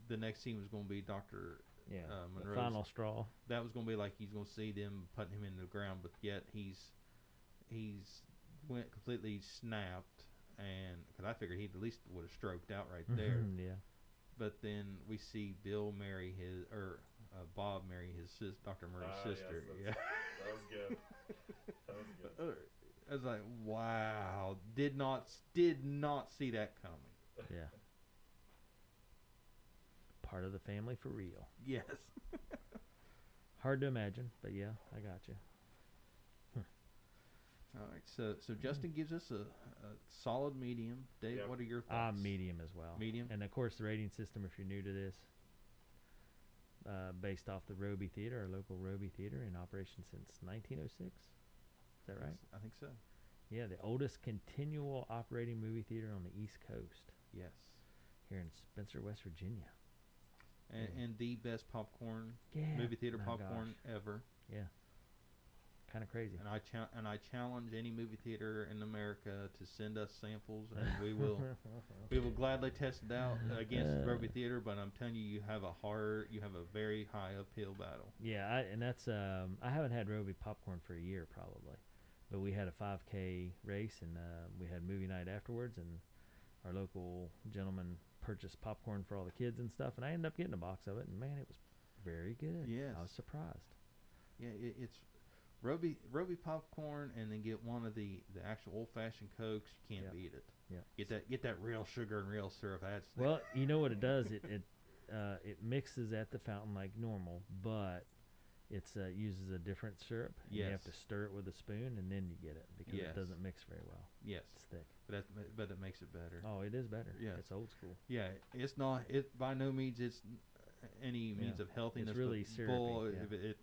Speaker 3: the next scene was going to be Doctor.
Speaker 2: Yeah.
Speaker 3: Uh,
Speaker 2: The
Speaker 3: Monroe's-
Speaker 2: final straw. [laughs]
Speaker 3: That was going to be like he's going to see them putting him in the ground, but yet he's he's went completely snapped, and because I figured he at least would have stroked out right
Speaker 2: Mm-hmm.
Speaker 3: there.
Speaker 2: yeah.
Speaker 3: but then we see Bill marry his or uh, Bob marry his sis, Doctor Murray's
Speaker 1: Ah, yes,
Speaker 3: sister.
Speaker 1: that's-
Speaker 3: yeah.
Speaker 1: That was good. That was good.
Speaker 3: Uh, [laughs] I was like, wow, did not did not see that coming.
Speaker 2: Yeah. Part of the family for real.
Speaker 3: Yes.
Speaker 2: Hard to imagine, but yeah, I got you.
Speaker 3: [laughs] All right. So so Justin gives us a, a solid medium. Dave,
Speaker 1: Yep.
Speaker 3: what are your
Speaker 2: Ah,
Speaker 3: thoughts?
Speaker 2: medium as well.
Speaker 3: Medium?
Speaker 2: And of course, the rating system, if you're new to this, uh, based off the Roby Theater, our local Roby Theater in operation since 1906. Is that right?
Speaker 3: I think so.
Speaker 2: Yeah, the oldest continual operating movie theater on the East Coast
Speaker 3: Yes.
Speaker 2: here in Spencer, West Virginia.
Speaker 3: And,
Speaker 2: Yeah.
Speaker 3: and the best popcorn
Speaker 2: Yeah.
Speaker 3: movie theater
Speaker 2: my
Speaker 3: popcorn ever.
Speaker 2: Kind of crazy.
Speaker 3: And I chal and I challenge any movie theater in America to send us samples, and
Speaker 2: [laughs]
Speaker 3: we will we will gladly test it out against
Speaker 2: Uh.
Speaker 3: Roby Theater. But I'm telling you, you have a hard, you have a very high uphill battle.
Speaker 2: Yeah, I, and that's um, I haven't had Roby popcorn for a year probably, but we had a 5K race and uh, we had movie night afterwards, and our local gentleman purchased popcorn for all the kids and stuff, and I ended up getting a box of it, and man, it was very good. I
Speaker 3: Yes.
Speaker 2: was surprised.
Speaker 3: Yeah, it, it's Roby Roby popcorn, and then get one of the the actual old fashioned cokes. You can't
Speaker 2: Yep.
Speaker 3: beat it.
Speaker 2: Yep.
Speaker 3: Get that get that real sugar and real syrup. That's the-
Speaker 2: Well, you know what it does? It it uh, it mixes at the fountain like normal, but it's uh, uses a different syrup. and You have to
Speaker 3: Yes.
Speaker 2: stir it with a spoon, and then you get it because it
Speaker 3: Yes.
Speaker 2: doesn't mix very well.
Speaker 3: yes,
Speaker 2: It's thick.
Speaker 3: but that, but it makes it better.
Speaker 2: Oh, it is better.
Speaker 3: Yes.
Speaker 2: it's old school.
Speaker 3: Yeah, it's not. It by no means it's n- any means of healthiness. but
Speaker 2: really syrupy,
Speaker 3: boy,
Speaker 2: yeah.
Speaker 3: if it, it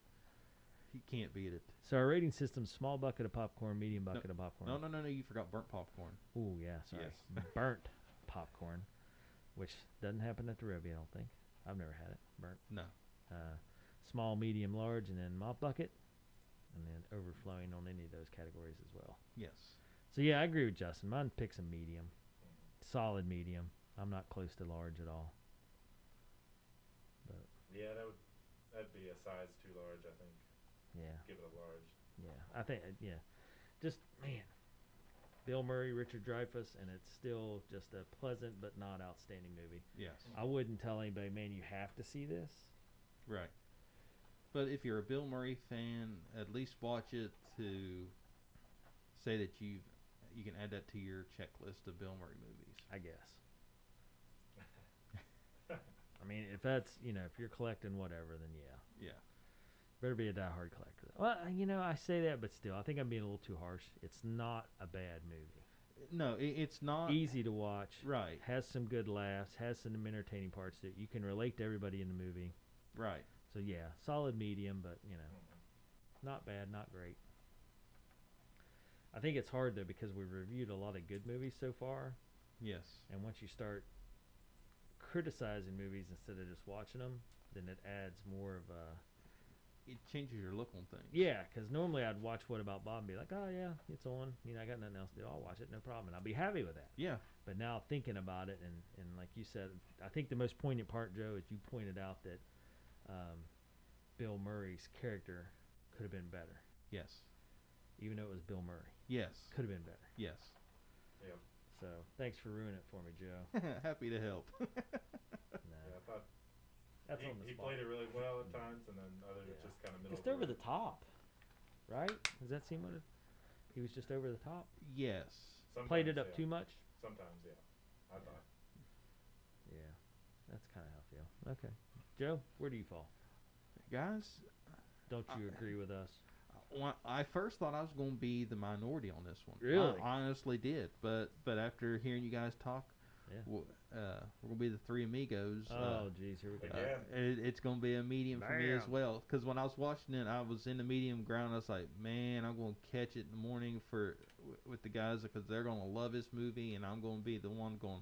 Speaker 3: he can't beat it.
Speaker 2: So our rating system: small bucket of popcorn, medium bucket of popcorn.
Speaker 3: No, no, no, no. You forgot burnt popcorn.
Speaker 2: Oh yeah, sorry.
Speaker 3: Yes.
Speaker 2: [laughs] Burnt popcorn, which doesn't happen at the Ruby, I don't think. I've never had it burnt.
Speaker 3: No.
Speaker 2: Uh, small, medium, large, and then my bucket, and then overflowing on any of those categories as well.
Speaker 3: Yes.
Speaker 2: So yeah, I agree with Justin. Mine picks a medium, solid medium. I'm not close to large at all.
Speaker 1: Yeah, that would that'd be a size too large. I think.
Speaker 2: Yeah.
Speaker 1: Give it a large.
Speaker 2: Yeah, I think uh, yeah, just man, Bill Murray, Richard Dreyfuss, and it's still just a pleasant but not outstanding movie.
Speaker 3: Yes.
Speaker 2: I wouldn't tell anybody, man, you have to see this.
Speaker 3: Right. But if you're a Bill Murray fan, at least watch it to say that you have you can add that to your checklist of Bill Murray movies.
Speaker 2: I guess. I mean, if that's you know, if you're collecting whatever, then yeah,
Speaker 3: Yeah.
Speaker 2: better be a diehard collector. Well, you know, I say that, but still, I think I'm being a little too harsh. It's not a bad movie.
Speaker 3: No, it, it's not
Speaker 2: Easy to watch.
Speaker 3: Right.
Speaker 2: Has some good laughs. Has some entertaining parts that you can relate to everybody in the movie.
Speaker 3: Right.
Speaker 2: So yeah, solid medium, but you know, not bad, not great. I think it's hard though because we've reviewed a lot of good movies so far,
Speaker 3: Yes.
Speaker 2: and once you start criticizing movies instead of just watching them, then it adds more of a
Speaker 3: It changes your look on things.
Speaker 2: yeah. Because normally I'd watch What About Bob and be like, oh yeah, it's on. You know, I got nothing else to do. I'll watch it, no problem, and I'll be happy with that.
Speaker 3: Yeah.
Speaker 2: But now thinking about it, and, and like you said, I think the most poignant part, Joe, is you pointed out that um, Bill Murray's character could have been better,
Speaker 3: Yes.
Speaker 2: even though it was Bill Murray.
Speaker 3: Yes.
Speaker 2: Could have been better.
Speaker 3: Yes. [laughs]
Speaker 2: So thanks for ruining it for me,
Speaker 1: [laughs]
Speaker 2: Joe.
Speaker 3: Happy to help. [laughs]
Speaker 2: No,
Speaker 1: Yeah, I thought
Speaker 2: that's
Speaker 1: he,
Speaker 2: on the
Speaker 1: he
Speaker 2: spot.
Speaker 1: played it really well at times, and then others
Speaker 2: Yeah.
Speaker 1: just kind of middle.
Speaker 2: Just
Speaker 1: of
Speaker 2: over the
Speaker 1: road.
Speaker 2: top, right? Does that seem what it? He was just over the top.
Speaker 3: yes.
Speaker 2: Played
Speaker 1: Sometimes,
Speaker 2: it up
Speaker 1: yeah.
Speaker 2: too much.
Speaker 1: Sometimes, yeah. I
Speaker 2: Yeah.
Speaker 1: thought.
Speaker 2: Yeah, that's kind of how I feel. Okay, Joe, where do you fall?
Speaker 3: Guys,
Speaker 2: Don't
Speaker 3: I-
Speaker 2: you agree with us?
Speaker 3: Well, I first thought I was going to be the minority on this one.
Speaker 2: Really?
Speaker 3: I honestly did, but but after hearing you guys talk,
Speaker 2: Yeah.
Speaker 3: w- uh, we're going to be the three amigos. uh,
Speaker 2: oh, geez, here we
Speaker 1: But
Speaker 2: go.
Speaker 3: uh,
Speaker 1: yeah.
Speaker 3: it, it's going to be a medium for me as
Speaker 2: Man.
Speaker 3: well. Because when I was watching it, I was in the medium ground. I was like, man, I'm going to catch it in the morning for w- with the guys because they're going to love this movie, and I'm going to be the one going,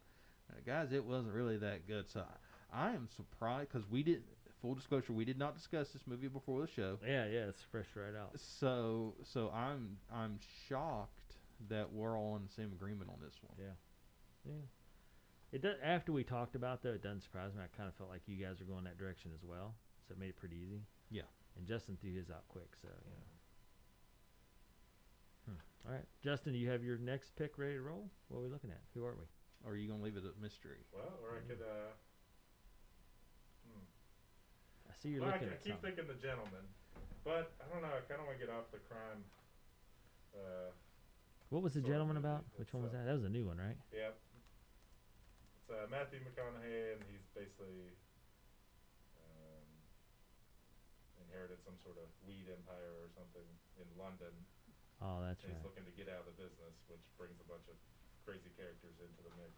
Speaker 3: "Uh, guys, it wasn't really that good. So I, I am surprised because we did. Full disclosure, we did not discuss this movie before the show.
Speaker 2: yeah, yeah, it's fresh right out.
Speaker 3: So so I'm I'm shocked that we're all in the same agreement on this one.
Speaker 2: It does, after we talked about though, it doesn't surprise me. I kind of felt like you guys were going that direction as well, so it made it pretty easy.
Speaker 3: Yeah.
Speaker 2: And Justin threw his out quick, so you know. Hmm. All right, Justin, do you have your next pick ready to roll? What are we looking at? Who are we?
Speaker 3: Or are you gonna leave it a mystery?
Speaker 1: Well, or
Speaker 2: Mm-hmm.
Speaker 1: I could. Uh, hmm.
Speaker 2: I see you're
Speaker 1: well, I,
Speaker 2: looking
Speaker 1: I
Speaker 2: at
Speaker 1: keep
Speaker 2: something.
Speaker 1: thinking the gentleman, but I don't know. I kind of want to get off the crime. Uh,
Speaker 2: What was the
Speaker 1: sort of
Speaker 2: gentleman
Speaker 1: movie
Speaker 2: about? Which one was
Speaker 1: itself.
Speaker 2: that? That was a new one, right?
Speaker 1: Yep. It's uh, Matthew McConaughey, and he's basically um, inherited some sort of weed empire or something in London,
Speaker 2: Oh, that's
Speaker 1: and he's
Speaker 2: right.
Speaker 1: looking to get out of the business, which brings a bunch of crazy characters into the mix.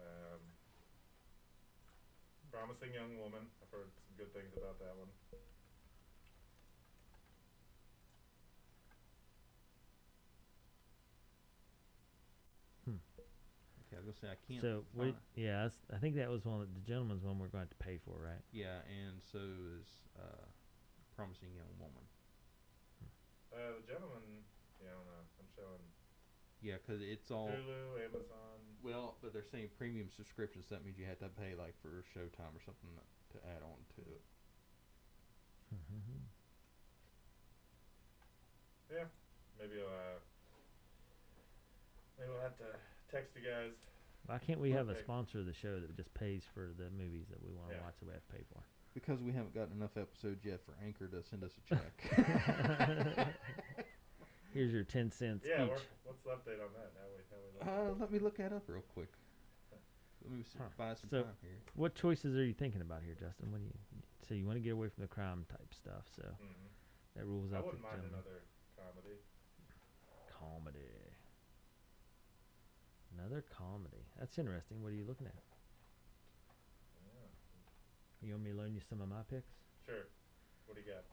Speaker 1: Um, promising young woman. I've heard some good things about that one.
Speaker 3: Okay, I was gonna say I can't.
Speaker 2: So we,
Speaker 3: find-
Speaker 2: yeah, that's, I think that was one of the gentleman's one we're going to have to pay for, right?
Speaker 3: yeah, and so is uh, promising young woman.
Speaker 1: Uh, the gentleman. Yeah, I don't know. I'm showing
Speaker 3: Yeah, because it's
Speaker 2: Oh.
Speaker 3: all
Speaker 1: Hulu, Amazon.
Speaker 3: well, but they're saying premium subscriptions. That means you have to pay like for Showtime or something to add on to it.
Speaker 1: Maybe I'll. Uh, maybe I'll have to text you guys.
Speaker 2: Why can't we have a
Speaker 1: Okay.
Speaker 2: sponsor of the show that just pays for the movies that we want to
Speaker 1: Yeah.
Speaker 2: watch that we have to pay for?
Speaker 3: Because we haven't gotten enough episodes yet for Anchor to send us a
Speaker 2: [laughs]
Speaker 3: check. [laughs]
Speaker 2: Here's your ten cents
Speaker 1: yeah.
Speaker 2: each.
Speaker 1: We're, what's the update on that? Now we. Now we look.
Speaker 3: uh, let me look that up real quick. Let me s
Speaker 2: Huh.
Speaker 3: buy some
Speaker 2: So-
Speaker 3: time here.
Speaker 2: What choices are you thinking about here, Justin? What do you? So you want to get away from the crime type stuff? So
Speaker 1: Mhm.
Speaker 2: that rules
Speaker 1: I
Speaker 2: out the
Speaker 1: wouldn't mind
Speaker 2: gentleman.
Speaker 1: another comedy.
Speaker 2: Comedy. Another comedy. That's interesting. What are you looking at?
Speaker 1: Yeah.
Speaker 2: You want me to loan you some of my picks?
Speaker 1: Sure. What do you got?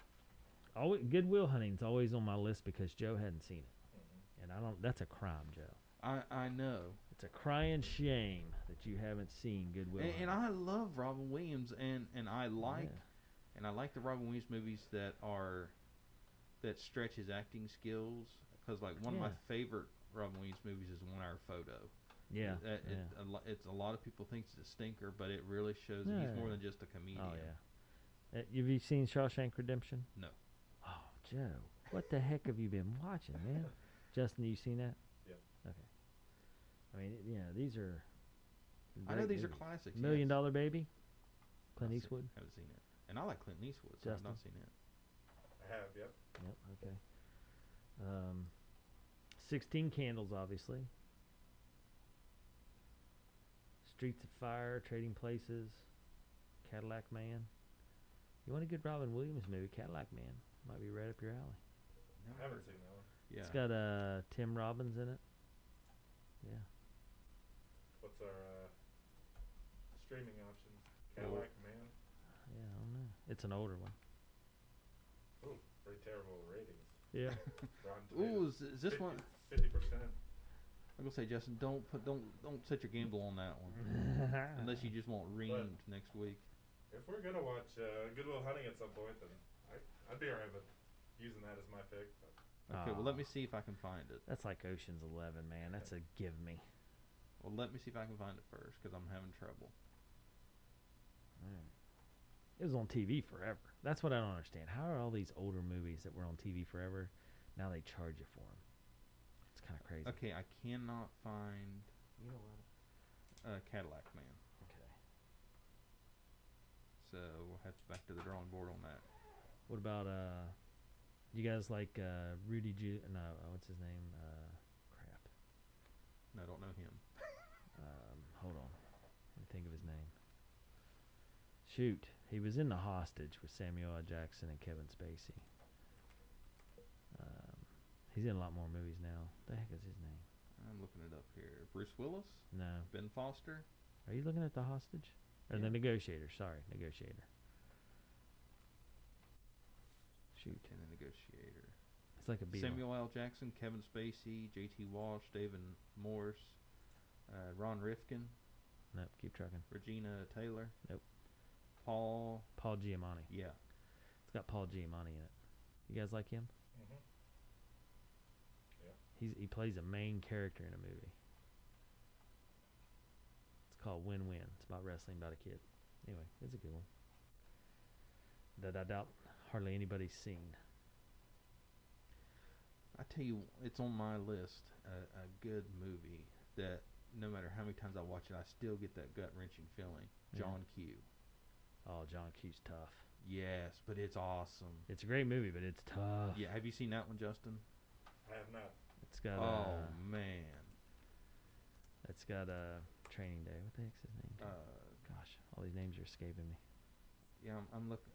Speaker 2: Always, Goodwill Hunting's always on my list because Joe hadn't seen
Speaker 1: Mhm.
Speaker 2: it,
Speaker 3: Mm-hmm.
Speaker 2: and I don't. That's a crime, Joe.
Speaker 3: I I know,
Speaker 2: It's a crying shame that you haven't seen Goodwill.
Speaker 3: and, and
Speaker 2: Hunting.
Speaker 3: I love Robin Williams, and and I like
Speaker 2: Yeah.
Speaker 3: and I like the Robin Williams movies that are that stretch his acting skills because like one of my
Speaker 2: Yeah.
Speaker 3: favorite Robin Williams movies is One Hour Photo.
Speaker 2: Yeah.
Speaker 3: That- uh,
Speaker 2: yeah.
Speaker 3: it- a lo- it's a lot of people think it's a stinker, but it really shows that he's more
Speaker 2: Yeah.
Speaker 3: than just a comedian.
Speaker 2: Oh yeah. Uh, have you seen Shawshank Redemption?
Speaker 3: No.
Speaker 2: Oh, Joe, what the heck have you been watching,
Speaker 3: [laughs]
Speaker 2: man? Justin, you seen that?
Speaker 1: Yep.
Speaker 2: Okay. I mean, you know, these are.
Speaker 3: I know
Speaker 2: great
Speaker 3: these are
Speaker 2: movies.
Speaker 3: classics.
Speaker 2: Million
Speaker 3: yes.
Speaker 2: Dollar Baby,
Speaker 3: I've
Speaker 2: Clint
Speaker 3: seen-
Speaker 2: Eastwood.
Speaker 3: haven't seen it, and I like Clint Eastwood. So I've not seen it.
Speaker 1: I have. Yep.
Speaker 2: Yep. Okay. Um, Sixteen Candles, obviously. Streets of Fire, Trading Places, Cadillac Man. You want a good Robin Williams movie? Cadillac Man might be right up your alley.
Speaker 3: Never
Speaker 1: I haven't
Speaker 3: heard-
Speaker 1: seen that one.
Speaker 3: Yeah.
Speaker 2: It's got uh Tim Robbins in it. Yeah.
Speaker 1: What's our uh, streaming options?
Speaker 3: Well-
Speaker 1: Cadillac Man.
Speaker 2: Yeah, I don't know. It's an older one.
Speaker 1: Ooh, pretty terrible ratings.
Speaker 2: [laughs] Yeah.
Speaker 1: Rotten
Speaker 3: Ooh,
Speaker 1: Tomatoes.
Speaker 3: is, is this one?
Speaker 1: Fifty percent.
Speaker 3: I'm gonna say, Justin, don't put, don't, don't set your gamble on that one,
Speaker 1: [laughs]
Speaker 3: unless you just want reamed next week.
Speaker 1: If we're gonna watch uh, Goodwill Hunting at some point, then I, I'd be alright with using that as my pick. But
Speaker 3: Okay, well, let me
Speaker 2: Ah.
Speaker 3: see if I can find it.
Speaker 2: That's like Ocean's Eleven, man. That's a give me.
Speaker 3: Well, let me see if I can find it first, because I'm having trouble.
Speaker 2: It was on TV forever. That's what I don't understand. How are all these older movies that were on TV forever now they charge you for them? It's kind of crazy.
Speaker 3: Okay, I cannot find
Speaker 2: You know what?
Speaker 3: uh, Cadillac Man,
Speaker 2: Okay.
Speaker 3: so we'll have to back to the drawing board on that.
Speaker 2: What about uh, you guys like uh Rudy Ju? No, uh, what's his name? Uh, crap.
Speaker 3: No, I don't know him.
Speaker 2: Um, hold on. Let me think of his name. Shoot, he was in The Hostage with Samuel L. Jackson and Kevin Spacey. Um, he's in a lot more movies now. The heck is his name?
Speaker 3: I'm looking it up here. Bruce Willis,
Speaker 2: No.
Speaker 3: Ben Foster.
Speaker 2: Are you looking at The Hostage? Or
Speaker 3: Yeah.
Speaker 2: The Negotiator, sorry, Negotiator. Shoot.
Speaker 3: And the Negotiator.
Speaker 2: It's like a beetle.
Speaker 3: Samuel L. Jackson, Kevin Spacey, J.T. Walsh, David Morse, uh, Ron Rifkin,
Speaker 2: Nope, keep trucking.
Speaker 3: Regina Taylor.
Speaker 2: Nope.
Speaker 3: Paul.
Speaker 2: Paul Giamatti.
Speaker 3: Yeah.
Speaker 2: It's got Paul Giamatti in it. You guys like him?
Speaker 1: Mhm.
Speaker 2: He's, he plays a main character in a movie. It's called Win Win. It's about wrestling about a kid. Anyway, it's a good one. That I doubt hardly anybody's seen.
Speaker 3: I tell you, it's on my list. A, a good movie that no matter how many times I watch it, I still get that gut wrenching feeling.
Speaker 2: Yeah.
Speaker 3: John Q.
Speaker 2: Oh, John Q's tough.
Speaker 3: Yes, but it's awesome.
Speaker 2: It's a great movie, but it's tough.
Speaker 3: Yeah, have you seen that one, Justin?
Speaker 1: I have not.
Speaker 2: It's got
Speaker 3: Oh
Speaker 2: uh,
Speaker 3: man.
Speaker 2: It's got a training day. What the heck's his name?
Speaker 3: Uh,
Speaker 2: dude? Gosh, all these names are escaping me.
Speaker 3: yeah, I'm, I'm looking.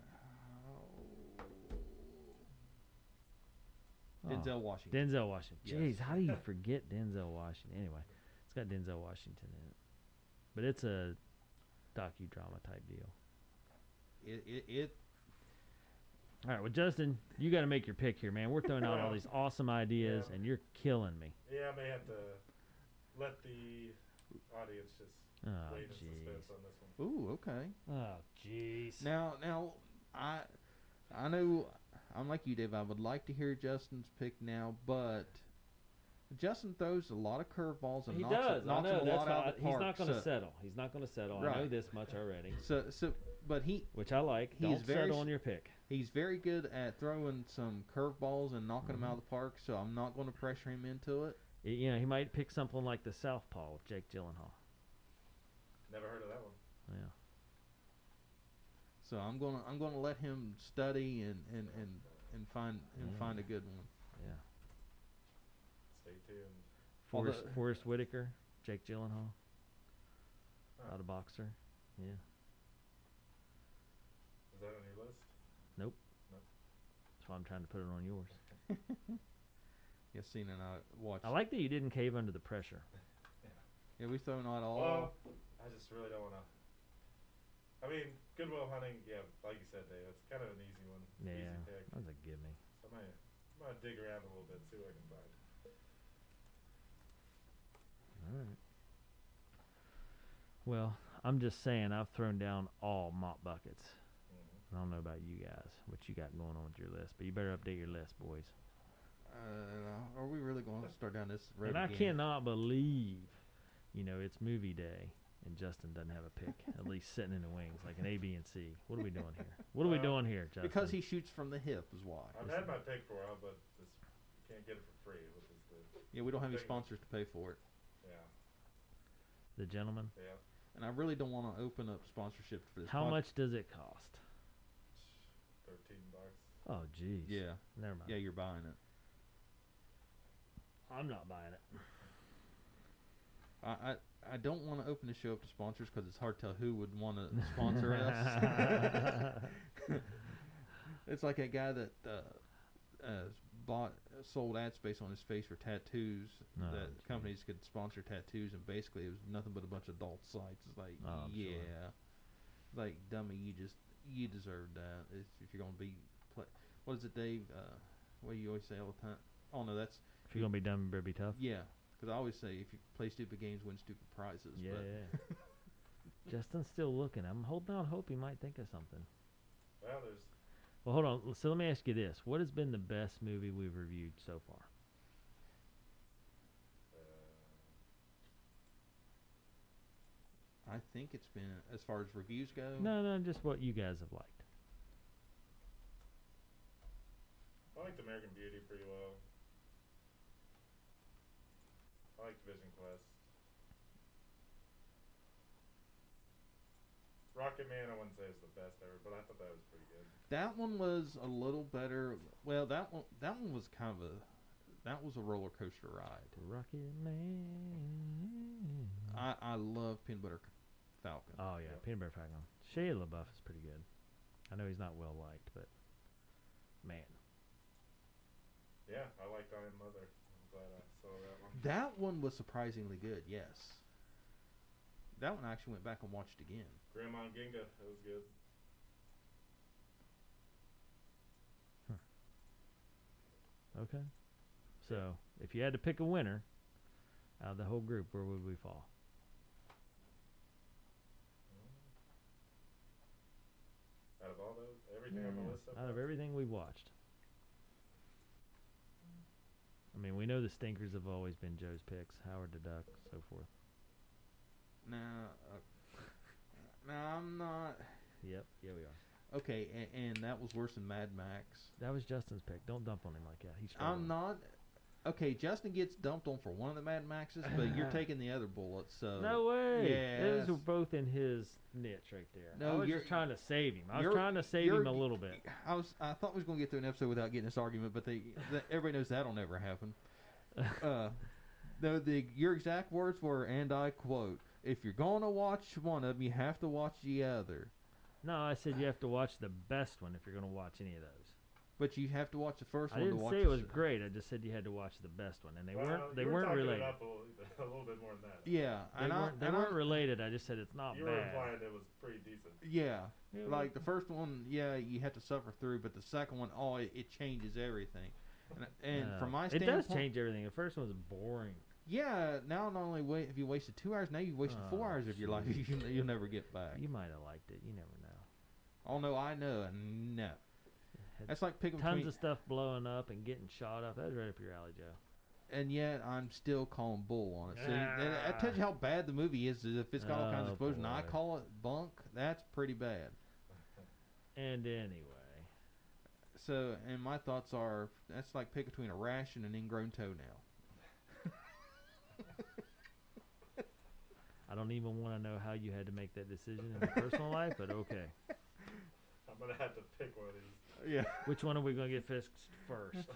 Speaker 3: Denzel Washington.
Speaker 2: Oh. Denzel Washington.
Speaker 3: Yes.
Speaker 2: Jeez, how do you forget Denzel Washington? Anyway, it's got Denzel Washington in it, but it's a docudrama type deal.
Speaker 3: It, it, it
Speaker 2: All right, well, Justin, you got to make your pick here, man. We're throwing [laughs] out all these awesome ideas,
Speaker 1: Yeah.
Speaker 2: and you're killing me.
Speaker 1: Yeah, I may have to let the audience just
Speaker 2: Oh,
Speaker 1: wait in suspense on
Speaker 2: jeez.
Speaker 1: this one.
Speaker 3: ooh okay.
Speaker 2: Oh, jeez.
Speaker 3: Now now I I know I'm like you, Dave. I would like to hear Justin's pick now, but Justin throws a lot of curveballs and
Speaker 2: he
Speaker 3: knocks, it-
Speaker 2: does. I
Speaker 3: knocks
Speaker 2: know.
Speaker 3: them a
Speaker 2: That's
Speaker 3: lot
Speaker 2: why
Speaker 3: out
Speaker 2: I,
Speaker 3: of the
Speaker 2: he's
Speaker 3: park.
Speaker 2: not going to
Speaker 3: so,
Speaker 2: settle. He's not going to settle. I know
Speaker 3: Right.
Speaker 2: this much already,
Speaker 3: so so, but he
Speaker 2: which I like.
Speaker 3: He
Speaker 2: Don't
Speaker 3: is very
Speaker 2: settle
Speaker 3: s-
Speaker 2: on your pick.
Speaker 3: he's very good at throwing some curveballs and knocking them out of the park. So I'm not going to pressure him into it.
Speaker 2: Y- You know, he might pick something like the Southpaw with Jake Gyllenhaal.
Speaker 1: Never heard of that one.
Speaker 2: Yeah.
Speaker 3: So I'm gonna I'm gonna let him study and and and, and find and
Speaker 2: Yeah.
Speaker 3: find a good one.
Speaker 1: Stay tuned.
Speaker 2: Forrest,
Speaker 3: Although-
Speaker 2: Forrest Whitaker, Jake Gyllenhaal,
Speaker 1: Huh.
Speaker 2: about a boxer. Yeah.
Speaker 1: Is that on your list?
Speaker 2: That's why I'm trying to put it on yours.
Speaker 3: Yes, seen and I watched.
Speaker 2: I like that you didn't cave under the pressure.
Speaker 3: Yeah, we thrown out
Speaker 2: Oh.
Speaker 3: all.
Speaker 1: Well, I just really don't want to. I mean, Goodwill Hunting, yeah, like you said, Dave, that's kind of an easy one.
Speaker 2: Yeah.
Speaker 1: Easy pick.
Speaker 2: That's a gimme.
Speaker 1: So I might, I might dig around a little bit, see what I can find.
Speaker 2: All right. Well, I'm just saying I've thrown down all mop buckets.
Speaker 1: Mhm.
Speaker 2: I don't know about you guys, what you got going on with your list, but you better update your list, boys.
Speaker 3: Uh, are we really going to start down this road
Speaker 2: and I
Speaker 3: again?
Speaker 2: cannot believe, you know, it's movie day and Justin doesn't have
Speaker 3: [laughs]
Speaker 2: a pick, at least sitting in the wings like an A, B, and C. What are we doing here? What are we
Speaker 1: Well,
Speaker 2: doing here, Justin?
Speaker 3: Uh, Because he shoots from the hip is why.
Speaker 1: I've had my pick for a while, but this, you can't get it for free, which is the.
Speaker 3: Yeah, we don't have any
Speaker 1: Dang it.
Speaker 3: sponsors to pay for it,
Speaker 1: Yeah,
Speaker 2: the gentleman.
Speaker 1: yeah.
Speaker 3: and I really don't want to open up sponsorship for this.
Speaker 2: How
Speaker 3: pod-
Speaker 2: much does it cost?
Speaker 1: 13 bucks.
Speaker 2: Oh, jeez.
Speaker 3: Yeah,
Speaker 2: Never mind.
Speaker 3: yeah, you're buying it.
Speaker 2: I'm not buying it.
Speaker 3: I I, I don't want to open the show up to sponsors because it's hard to tell who would
Speaker 2: [laughs]
Speaker 3: want to sponsor us. It's like that guy that uh, uh, bought sold ad space on his face for tattoos.
Speaker 2: Oh,
Speaker 3: that
Speaker 2: geez.
Speaker 3: companies could sponsor tattoos, and basically it was nothing but a bunch of adult sites. It's like,
Speaker 2: Oh, I'm
Speaker 3: yeah,
Speaker 2: sure.
Speaker 3: like dummy, you just you deserve that if, if you're gonna be. Play, what is it, Dave? Uh, what do you always say all the time? Oh no, that's
Speaker 2: if you're gonna be dumb, better be tough.
Speaker 3: yeah. Because I always say if you play stupid games, win stupid prizes.
Speaker 2: Yeah.
Speaker 3: But
Speaker 2: [laughs] Justin's still looking. I'm holding out hope he might think of something.
Speaker 1: Well, there's.
Speaker 2: Well, hold on. l- So let me ask you this: What has been the best movie we've reviewed so far?
Speaker 1: Uh,
Speaker 3: I think it's been as far as reviews go.
Speaker 2: No, no, just what you guys have liked.
Speaker 1: I liked American Beauty pretty well. I liked Vision Quest. Rocket Man, I wouldn't say is the best ever, but I thought that was pretty good.
Speaker 3: That one was a little better. Well, that one that one was kind of a that was a roller coaster ride.
Speaker 2: Rocket Man.
Speaker 3: I I love Peanut Butter Falcon.
Speaker 2: oh yeah, Peanut Butter Falcon. Shia LaBeouf is pretty good. I know he's not well liked, but man,
Speaker 1: Yeah, I liked Iron Mother. I'm glad I saw that one.
Speaker 3: that one was surprisingly good. Yes, that one I actually went back and watched again.
Speaker 1: Grandma and Ginga, that was good.
Speaker 2: okay. So if you had to pick a winner out of the whole group, where would we fall?
Speaker 1: Out of all those, everything on the
Speaker 2: Yeah,
Speaker 1: list so
Speaker 2: out of
Speaker 1: far.
Speaker 2: everything we watched. I mean, we know the stinkers have always been Joe's picks, Howard the Duck, so forth.
Speaker 3: Now, uh, [laughs] now I'm not
Speaker 2: Yep, yeah, we are.
Speaker 3: okay, and, and that was worse than Mad Max.
Speaker 2: That was Justin's pick. Don't dump on him like that. He's
Speaker 3: I'm not. Okay, Justin gets dumped on for one of the Mad Maxes, but you're taking the other bullet.
Speaker 1: Oh.
Speaker 3: So
Speaker 2: No way. Those were
Speaker 3: Yes.
Speaker 2: both in his niche right there. I
Speaker 3: No,
Speaker 2: was
Speaker 3: you're-
Speaker 2: just trying to save him. I was
Speaker 3: you're-
Speaker 2: trying to save
Speaker 3: you're-
Speaker 2: him a little bit.
Speaker 3: I was I thought we was going to get through an episode without getting this argument, but they, the, everybody knows that'll never happen. Uh, no, the your exact words were, and I quote: "If you're going to watch one of them, you have to watch the other."
Speaker 2: No, I said you have to watch the best one if you're going to watch any of those.
Speaker 3: But you have to watch the first
Speaker 2: I
Speaker 3: one to
Speaker 2: didn't
Speaker 3: watch.
Speaker 2: say
Speaker 3: the
Speaker 2: it was
Speaker 3: se-
Speaker 2: great. I just said you had to watch the best one, and they
Speaker 1: Well,
Speaker 2: weren't. They
Speaker 1: you were
Speaker 2: weren't
Speaker 1: talking it
Speaker 2: related.
Speaker 1: up a little, [laughs] a little bit more than that.
Speaker 3: Yeah,
Speaker 2: They
Speaker 3: and I
Speaker 2: weren't, they
Speaker 3: and I-
Speaker 2: weren't related. I just said it's not
Speaker 1: You were
Speaker 2: bad.
Speaker 1: implying it was pretty decent.
Speaker 3: yeah,
Speaker 2: Yeah,
Speaker 3: like the first one, yeah, you have to suffer through, but the second one, oh, it, it changes everything. And, and
Speaker 2: no.
Speaker 3: from my
Speaker 2: it
Speaker 3: standpoint,
Speaker 2: does change everything. The first one was boring.
Speaker 3: Yeah, now not only wait, have you wasted two hours, now you've wasted four
Speaker 2: Oh,
Speaker 3: hours of your life. [laughs]
Speaker 2: jeez.
Speaker 3: You, you'll never get back.
Speaker 2: You might have liked it. You never know.
Speaker 3: Oh no, I know, no.
Speaker 2: had
Speaker 3: That's like picking
Speaker 2: Tons
Speaker 3: between,
Speaker 2: of stuff blowing up and getting shot up. That was right up your alley, Joe.
Speaker 3: and yet I'm still calling bull on it. See, that, that tells you how bad the movie is. is if it's got all kinds of
Speaker 2: Ah. Oh,
Speaker 3: explosions, I
Speaker 2: boy.
Speaker 3: call it bunk. That's pretty bad.
Speaker 2: And anyway,
Speaker 3: So, and my thoughts are that's like pick between a rash and an ingrown toenail.
Speaker 2: I don't even want to know how you had to make that decision in your
Speaker 3: [laughs]
Speaker 2: personal life, but okay.
Speaker 1: I'm gonna have to pick one of these.
Speaker 3: Yeah.
Speaker 2: Which one are we going to get fixed first?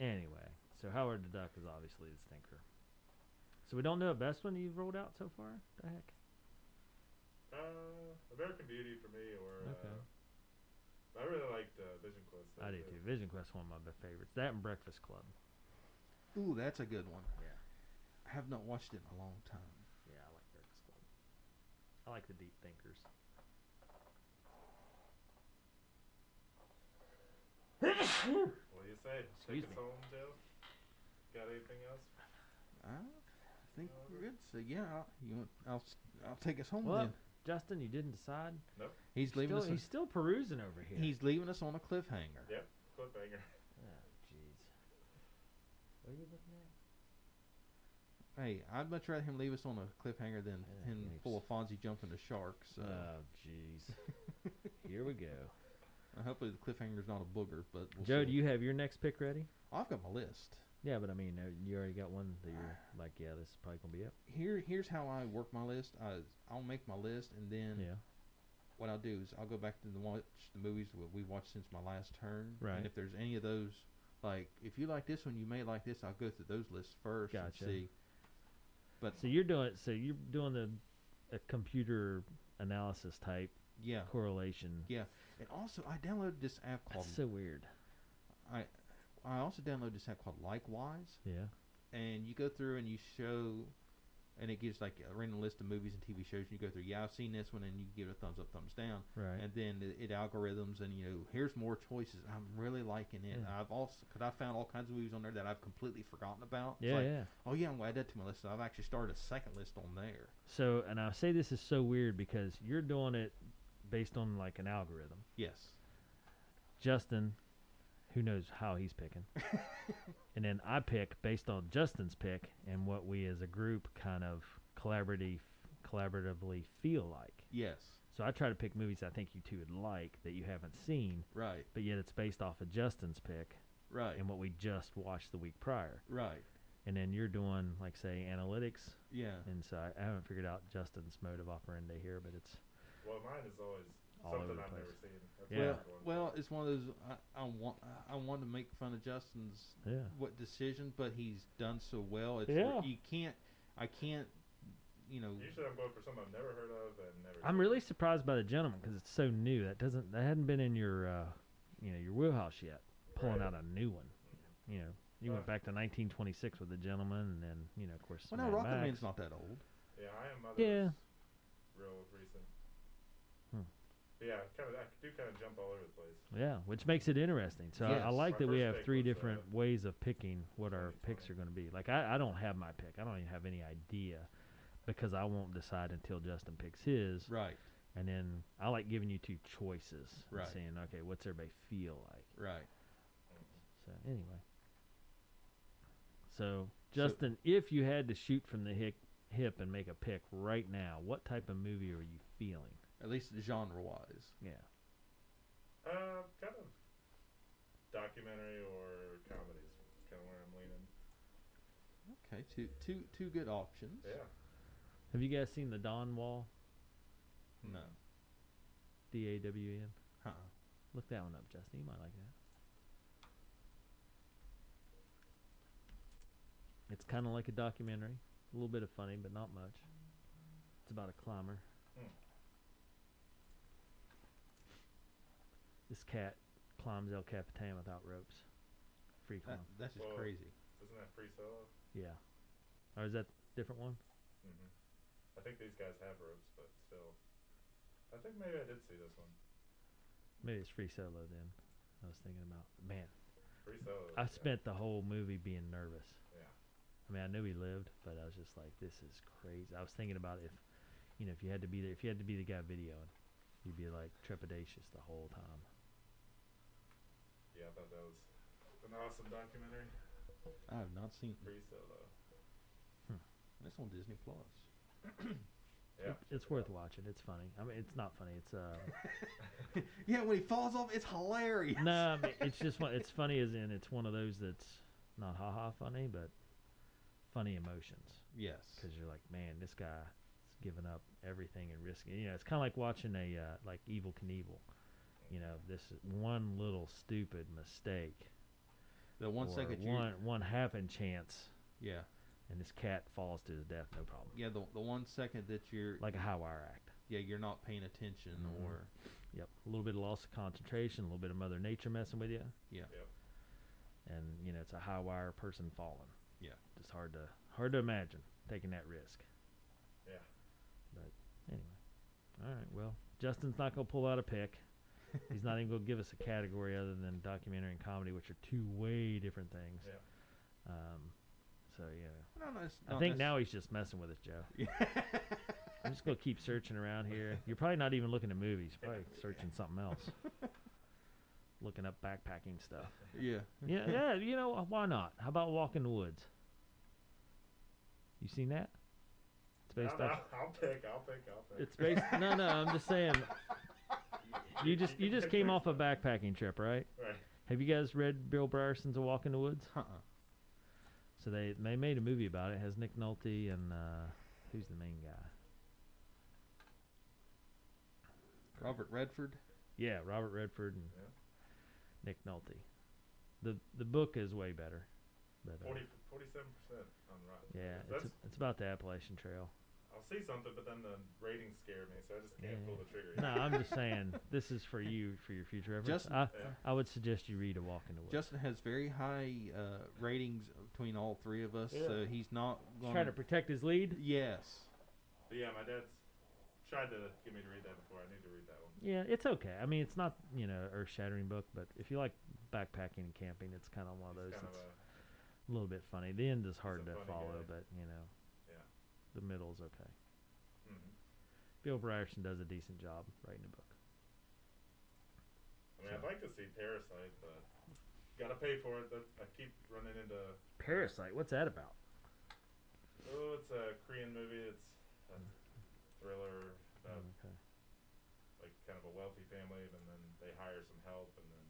Speaker 2: anyway, so Howard the Duck is obviously the stinker. So we don't know a best one you've rolled out so far? The heck?
Speaker 1: Uh, American Beauty for me, or
Speaker 2: Okay.
Speaker 1: uh, I really liked uh, Vision Quest.
Speaker 2: I do too. Vision Quest one of my b- favorites. That and Breakfast Club.
Speaker 3: [laughs] Ooh, that's a good one.
Speaker 2: Yeah.
Speaker 3: I have not watched it in a long time.
Speaker 2: Yeah, I like Breakfast Club. I like the deep thinkers. [coughs]
Speaker 1: What do you say?
Speaker 2: Excuse
Speaker 1: Take us
Speaker 2: me.
Speaker 1: home, Joe. Got anything else?
Speaker 3: I think we're good. So yeah, I'll, you want, I'll s- I'll take us home
Speaker 2: Well,
Speaker 3: then.
Speaker 2: Justin, you didn't decide.
Speaker 3: He's leaving
Speaker 2: still,
Speaker 3: us. on-
Speaker 2: he's still perusing over here.
Speaker 3: He's leaving us on a cliffhanger.
Speaker 1: Yep. Cliffhanger. [laughs]
Speaker 2: Oh, jeez. What are you looking at?
Speaker 3: Hey, I'd much rather him leave us on a cliffhanger than
Speaker 2: Yeah,
Speaker 3: him
Speaker 2: yikes.
Speaker 3: full of Fonzie jumping to sharks. So
Speaker 2: Oh, jeez.
Speaker 3: [laughs]
Speaker 2: here we go.
Speaker 3: hopefully the cliffhanger's not a booger. But we'll
Speaker 2: Joe,
Speaker 3: see.
Speaker 2: do you have your next pick ready?
Speaker 3: I've got my list.
Speaker 2: Yeah, but I mean, uh, you already got one that you're like, yeah, this is probably gonna be it.
Speaker 3: Here, here's how I work my list. I, I'll make my list, and then
Speaker 2: Yeah.
Speaker 3: what I'll do is I'll go back to the watch the movies that we watched since my last turn.
Speaker 2: Right.
Speaker 3: And if there's any of those, like if you like this one, you may like this. I'll go through those lists first
Speaker 2: Gotcha.
Speaker 3: and see. But
Speaker 2: So you're doing so you're doing the a computer analysis type
Speaker 3: yeah,
Speaker 2: correlation.
Speaker 3: and also I downloaded this app called.
Speaker 2: That's so weird.
Speaker 3: I also downloaded this app called Likewise.
Speaker 2: Yeah.
Speaker 3: and you go through and you show, and it gives like a random list of movies and TV shows. And you go through, yeah, I've seen this one, and you give it a thumbs up, thumbs down,
Speaker 2: Right.
Speaker 3: and then it, it algorithms and you know here's more choices. I'm really liking it.
Speaker 2: Yeah.
Speaker 3: I've also because I found all kinds of movies on there that I've completely forgotten about. It's
Speaker 2: yeah.
Speaker 3: like,
Speaker 2: yeah.
Speaker 3: Oh yeah, I'm gonna add that to my list. So I've actually started a second list on there.
Speaker 2: So, and I say this is so weird because you're doing it based on like an algorithm.
Speaker 3: Yes.
Speaker 2: Justin, who knows how he's [laughs] picking. and then I pick based on Justin's pick and what we as a group kind of collaborative collaboratively feel like.
Speaker 3: Yes.
Speaker 2: So I try to pick movies I think you two would like that you haven't seen,
Speaker 3: Right.
Speaker 2: but yet it's based off of Justin's pick
Speaker 3: Right.
Speaker 2: and what we just watched the week prior.
Speaker 3: Right.
Speaker 2: And then you're doing like say analytics
Speaker 3: Yeah.
Speaker 2: and so I, I haven't figured out Justin's mode of operandi here, but it's
Speaker 1: Well, mine is always
Speaker 2: All over
Speaker 1: something
Speaker 2: the
Speaker 1: I've
Speaker 2: place.
Speaker 1: never seen. That's
Speaker 2: Yeah.
Speaker 1: what I'm going
Speaker 3: Well,
Speaker 1: for.
Speaker 3: it's one of those. I, I want. I want to make fun of Justin's
Speaker 2: yeah.
Speaker 3: what decision, but he's done so well. It's
Speaker 2: Yeah.
Speaker 3: you can't. I can't. You know.
Speaker 1: usually I'm going for something I've never heard of and never.
Speaker 2: I'm
Speaker 1: seen.
Speaker 2: really surprised by the gentleman because it's so new. That doesn't that hadn't been in your uh, you know your wheelhouse yet. Pulling
Speaker 1: Right.
Speaker 2: out a new one, you know, you went
Speaker 1: Uh.
Speaker 2: back to 1926 with the gentleman, and then you know, of course,
Speaker 3: Well, no,
Speaker 2: Mad Max.
Speaker 3: Rocketman's not that old.
Speaker 1: Yeah, I am mother.
Speaker 2: Yeah.
Speaker 1: Yeah. Real recent.
Speaker 2: Hmm.
Speaker 1: But yeah, kind of. I do kind of jump all over the place.
Speaker 2: Yeah, which makes it interesting. So I, I
Speaker 3: Yes.
Speaker 2: like
Speaker 1: My
Speaker 2: that we
Speaker 1: first
Speaker 2: have
Speaker 1: pick
Speaker 2: three
Speaker 1: was, uh,
Speaker 2: different ways of picking what our picks
Speaker 1: 2020.
Speaker 2: are going to be. Like I, I don't have my pick. I don't even have any idea because I won't decide until Justin picks his,
Speaker 3: Right.
Speaker 2: and then I like giving you two choices, and
Speaker 3: Right.
Speaker 2: Saying okay, what's everybody feel like?
Speaker 3: Right.
Speaker 2: So anyway. So Justin, if you had to shoot from the hip, hip and make a pick right now, what type of movie are you feeling?
Speaker 3: At least genre wise.
Speaker 2: Yeah.
Speaker 1: Uh, kind of documentary or comedies, kind of where I'm leaning.
Speaker 3: Okay. Two two two good options.
Speaker 1: Yeah.
Speaker 2: Have you guys seen the Dawn Wall?
Speaker 3: No.
Speaker 2: D A W N.
Speaker 3: Huh.
Speaker 2: Look that one up, Justin. You might like that. It's kind of like a documentary. A little bit of funny, but not much. It's about a climber.
Speaker 1: Hmm.
Speaker 2: This cat climbs El Capitan without ropes. Free climb.
Speaker 3: That, that's just
Speaker 1: Well-
Speaker 3: crazy.
Speaker 1: Isn't that free solo?
Speaker 2: yeah. Or is that different one?
Speaker 1: hmm I think these guys have ropes, but still. I think maybe I did see this one.
Speaker 2: Maybe it's free solo then. I was thinking about man.
Speaker 1: Free solo. yeah.
Speaker 2: I spent the whole movie being nervous.
Speaker 1: Yeah.
Speaker 2: I mean, I knew he lived, but I was just like, this is crazy. I was thinking about if, you know, if you had to be there, if you had to be the guy videoing, you'd be like trepidatious the whole time.
Speaker 1: Yeah, I thought that was an awesome documentary.
Speaker 3: I have not seen
Speaker 1: Free solo.
Speaker 3: It's on Disney Plus.
Speaker 1: Yeah.
Speaker 2: It- it's worth watching. It's funny. I mean, it's not funny. It's uh, [laughs]
Speaker 3: yeah, when he falls off, it's hilarious.
Speaker 2: no, I mean, it's just one. It's funny as in it's one of those that's not ha ha funny, but funny emotions
Speaker 3: Yes.
Speaker 2: because you're like, man, this guy is giving up everything and risking. You know, it's kind of like watching a uh, like Evil Knievel. You know, this one little stupid mistake
Speaker 3: The one
Speaker 2: or
Speaker 3: second you
Speaker 2: one one happen chance,
Speaker 3: yeah
Speaker 2: and this cat falls to his death, no problem.
Speaker 3: yeah the, the one second that you're
Speaker 2: Like a high wire act.
Speaker 3: yeah you're not paying attention
Speaker 2: Mhm.
Speaker 3: or
Speaker 2: Yep. A little bit of loss of concentration, a little bit of Mother Nature messing with you.
Speaker 3: Yeah.
Speaker 1: Yep.
Speaker 2: And you know, it's a high wire person falling.
Speaker 3: Yeah.
Speaker 2: Just hard to hard to imagine taking that risk.
Speaker 1: Yeah.
Speaker 2: But anyway. All right. Well, Justin's not gonna pull out a
Speaker 3: [laughs]
Speaker 2: pick. He's not even gonna give us a category other than documentary and comedy, which are two way different things.
Speaker 1: Yeah.
Speaker 2: Um, so yeah.
Speaker 3: no, no, it's
Speaker 2: I
Speaker 3: not
Speaker 2: think
Speaker 3: necess-
Speaker 2: now he's just messing with us, Joe. I'm just gonna keep searching around here. You're probably not even looking at movies. You're probably searching something else. looking up backpacking stuff.
Speaker 3: yeah
Speaker 2: Yeah,
Speaker 3: [laughs]
Speaker 2: yeah. You know uh, why not? How about Walk in the Woods? You seen that? It's based
Speaker 1: I'll,
Speaker 2: off.
Speaker 1: I'll- I'll pick. I'll pick. I'll pick.
Speaker 2: It's based. No, no. I'm just saying. You just
Speaker 1: can
Speaker 2: you just
Speaker 1: pick
Speaker 2: came
Speaker 1: yours,
Speaker 2: off a
Speaker 1: though.
Speaker 2: backpacking trip, right?
Speaker 1: Right.
Speaker 2: Have you guys read Bill Bryerson's A Walk in the Woods?
Speaker 3: uh
Speaker 2: So they they made a movie about it. it has Nick Nolte and uh, who's the main guy?
Speaker 3: Robert Redford
Speaker 2: Yeah, Robert Redford and
Speaker 1: Yeah.
Speaker 2: Nick Nolte. The the book is way better. But, uh,
Speaker 1: 40, 47% on Rotten.
Speaker 2: yeah, it's,
Speaker 1: That's,
Speaker 2: it's about the Appalachian Trail.
Speaker 1: I'll see something, but then the ratings scare me, so I just can't
Speaker 2: Yeah.
Speaker 1: pull the trigger.
Speaker 2: No, I'm
Speaker 1: [laughs]
Speaker 2: just saying this is for you for your future reference.
Speaker 3: Justin-
Speaker 2: I,
Speaker 1: Yeah.
Speaker 2: I would suggest you read A Walk in the Woods.
Speaker 3: Justin has very high uh, ratings between all three of us so
Speaker 2: Yeah.
Speaker 3: he's not
Speaker 2: He's
Speaker 3: going
Speaker 2: trying to protect his lead.
Speaker 3: yes
Speaker 1: But yeah, my dad's tried to get me to read that before. I need to read that one.
Speaker 2: Yeah, it's okay. I mean, it's not you know earth shattering book, but if you like backpacking and camping, it's kind of one of
Speaker 1: He's
Speaker 2: those.
Speaker 1: kind
Speaker 2: that's
Speaker 1: of a,
Speaker 2: a little bit funny. The end is hard
Speaker 1: a
Speaker 2: to
Speaker 1: funny
Speaker 2: follow,
Speaker 1: guy.
Speaker 2: but you know,
Speaker 1: Yeah.
Speaker 2: the middle's okay.
Speaker 1: mhm.
Speaker 2: Bill Brierson does a decent job writing a book.
Speaker 1: I mean, I'd like to see Parasite, but gotta pay for it. That, I keep running into.
Speaker 2: Parasite, what's that about?
Speaker 1: Oh, it's a Korean movie. It's a thriller about
Speaker 2: Oh, okay. Mm.
Speaker 1: like kind of a wealthy family, and then they hire some help, and then.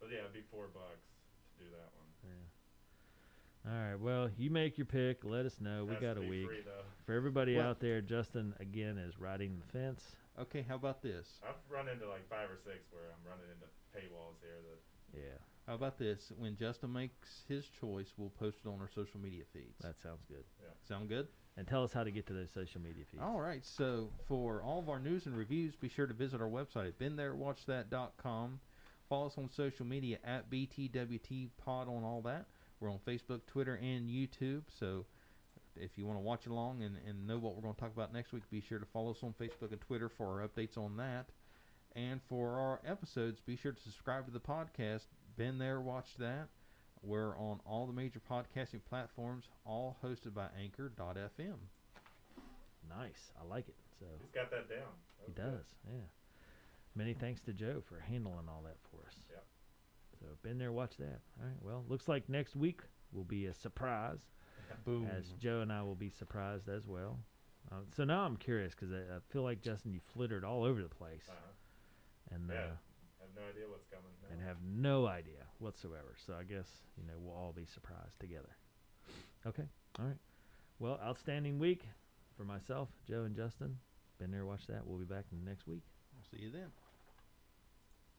Speaker 1: But yeah, it'd be four bucks to do that one.
Speaker 2: Yeah. All right. Well, you make your pick. Let us know. We
Speaker 1: Has
Speaker 2: got
Speaker 1: to
Speaker 2: a
Speaker 1: be
Speaker 2: week.
Speaker 1: Free, though.
Speaker 2: For everybody
Speaker 3: Well-
Speaker 2: out there, Justin again is riding the fence.
Speaker 3: okay how about this
Speaker 1: I've run into like five or six where I'm running into paywalls here that
Speaker 2: Yeah,
Speaker 3: how about this when Justin makes his choice we'll post it on our social media feeds
Speaker 2: that sounds good. Oh.
Speaker 3: sound good
Speaker 2: And tell us how to get to those social media feeds.
Speaker 3: All right. So for all of our news and reviews, be sure to visit our website at beentherewatchthat.com. Follow us on social media at BTWT Pod on all that. We're on Facebook, Twitter, and YouTube. So if you want to watch along and, and know what we're going to talk about next week, be sure to follow us on Facebook and Twitter for our updates on that. And for our episodes, be sure to subscribe to the podcast. Been there, watched that. We're on all the major podcasting platforms, all hosted by Anchor.fm.
Speaker 2: Nice. I like it. So
Speaker 1: he's got that down. That
Speaker 2: he
Speaker 1: was good.
Speaker 2: does. Yeah. Many thanks to Joe for handling all that for us.
Speaker 1: Yep.
Speaker 2: So been there, watch that. All right. Well, looks like next week will be a surprise,
Speaker 3: Boom.
Speaker 2: as Joe and I will be surprised as well. Um, so now I'm curious because I, I feel like Justin, you flittered all over the place,
Speaker 1: Uh-huh.
Speaker 2: and uh,
Speaker 1: Yeah. I have no idea what's coming. No.
Speaker 2: and have no idea whatsoever. So I guess you know we'll all be surprised together. Okay. All right. Well, outstanding week for myself, Joe, and Justin. Been there, watch that. We'll be back next week.
Speaker 3: See you then.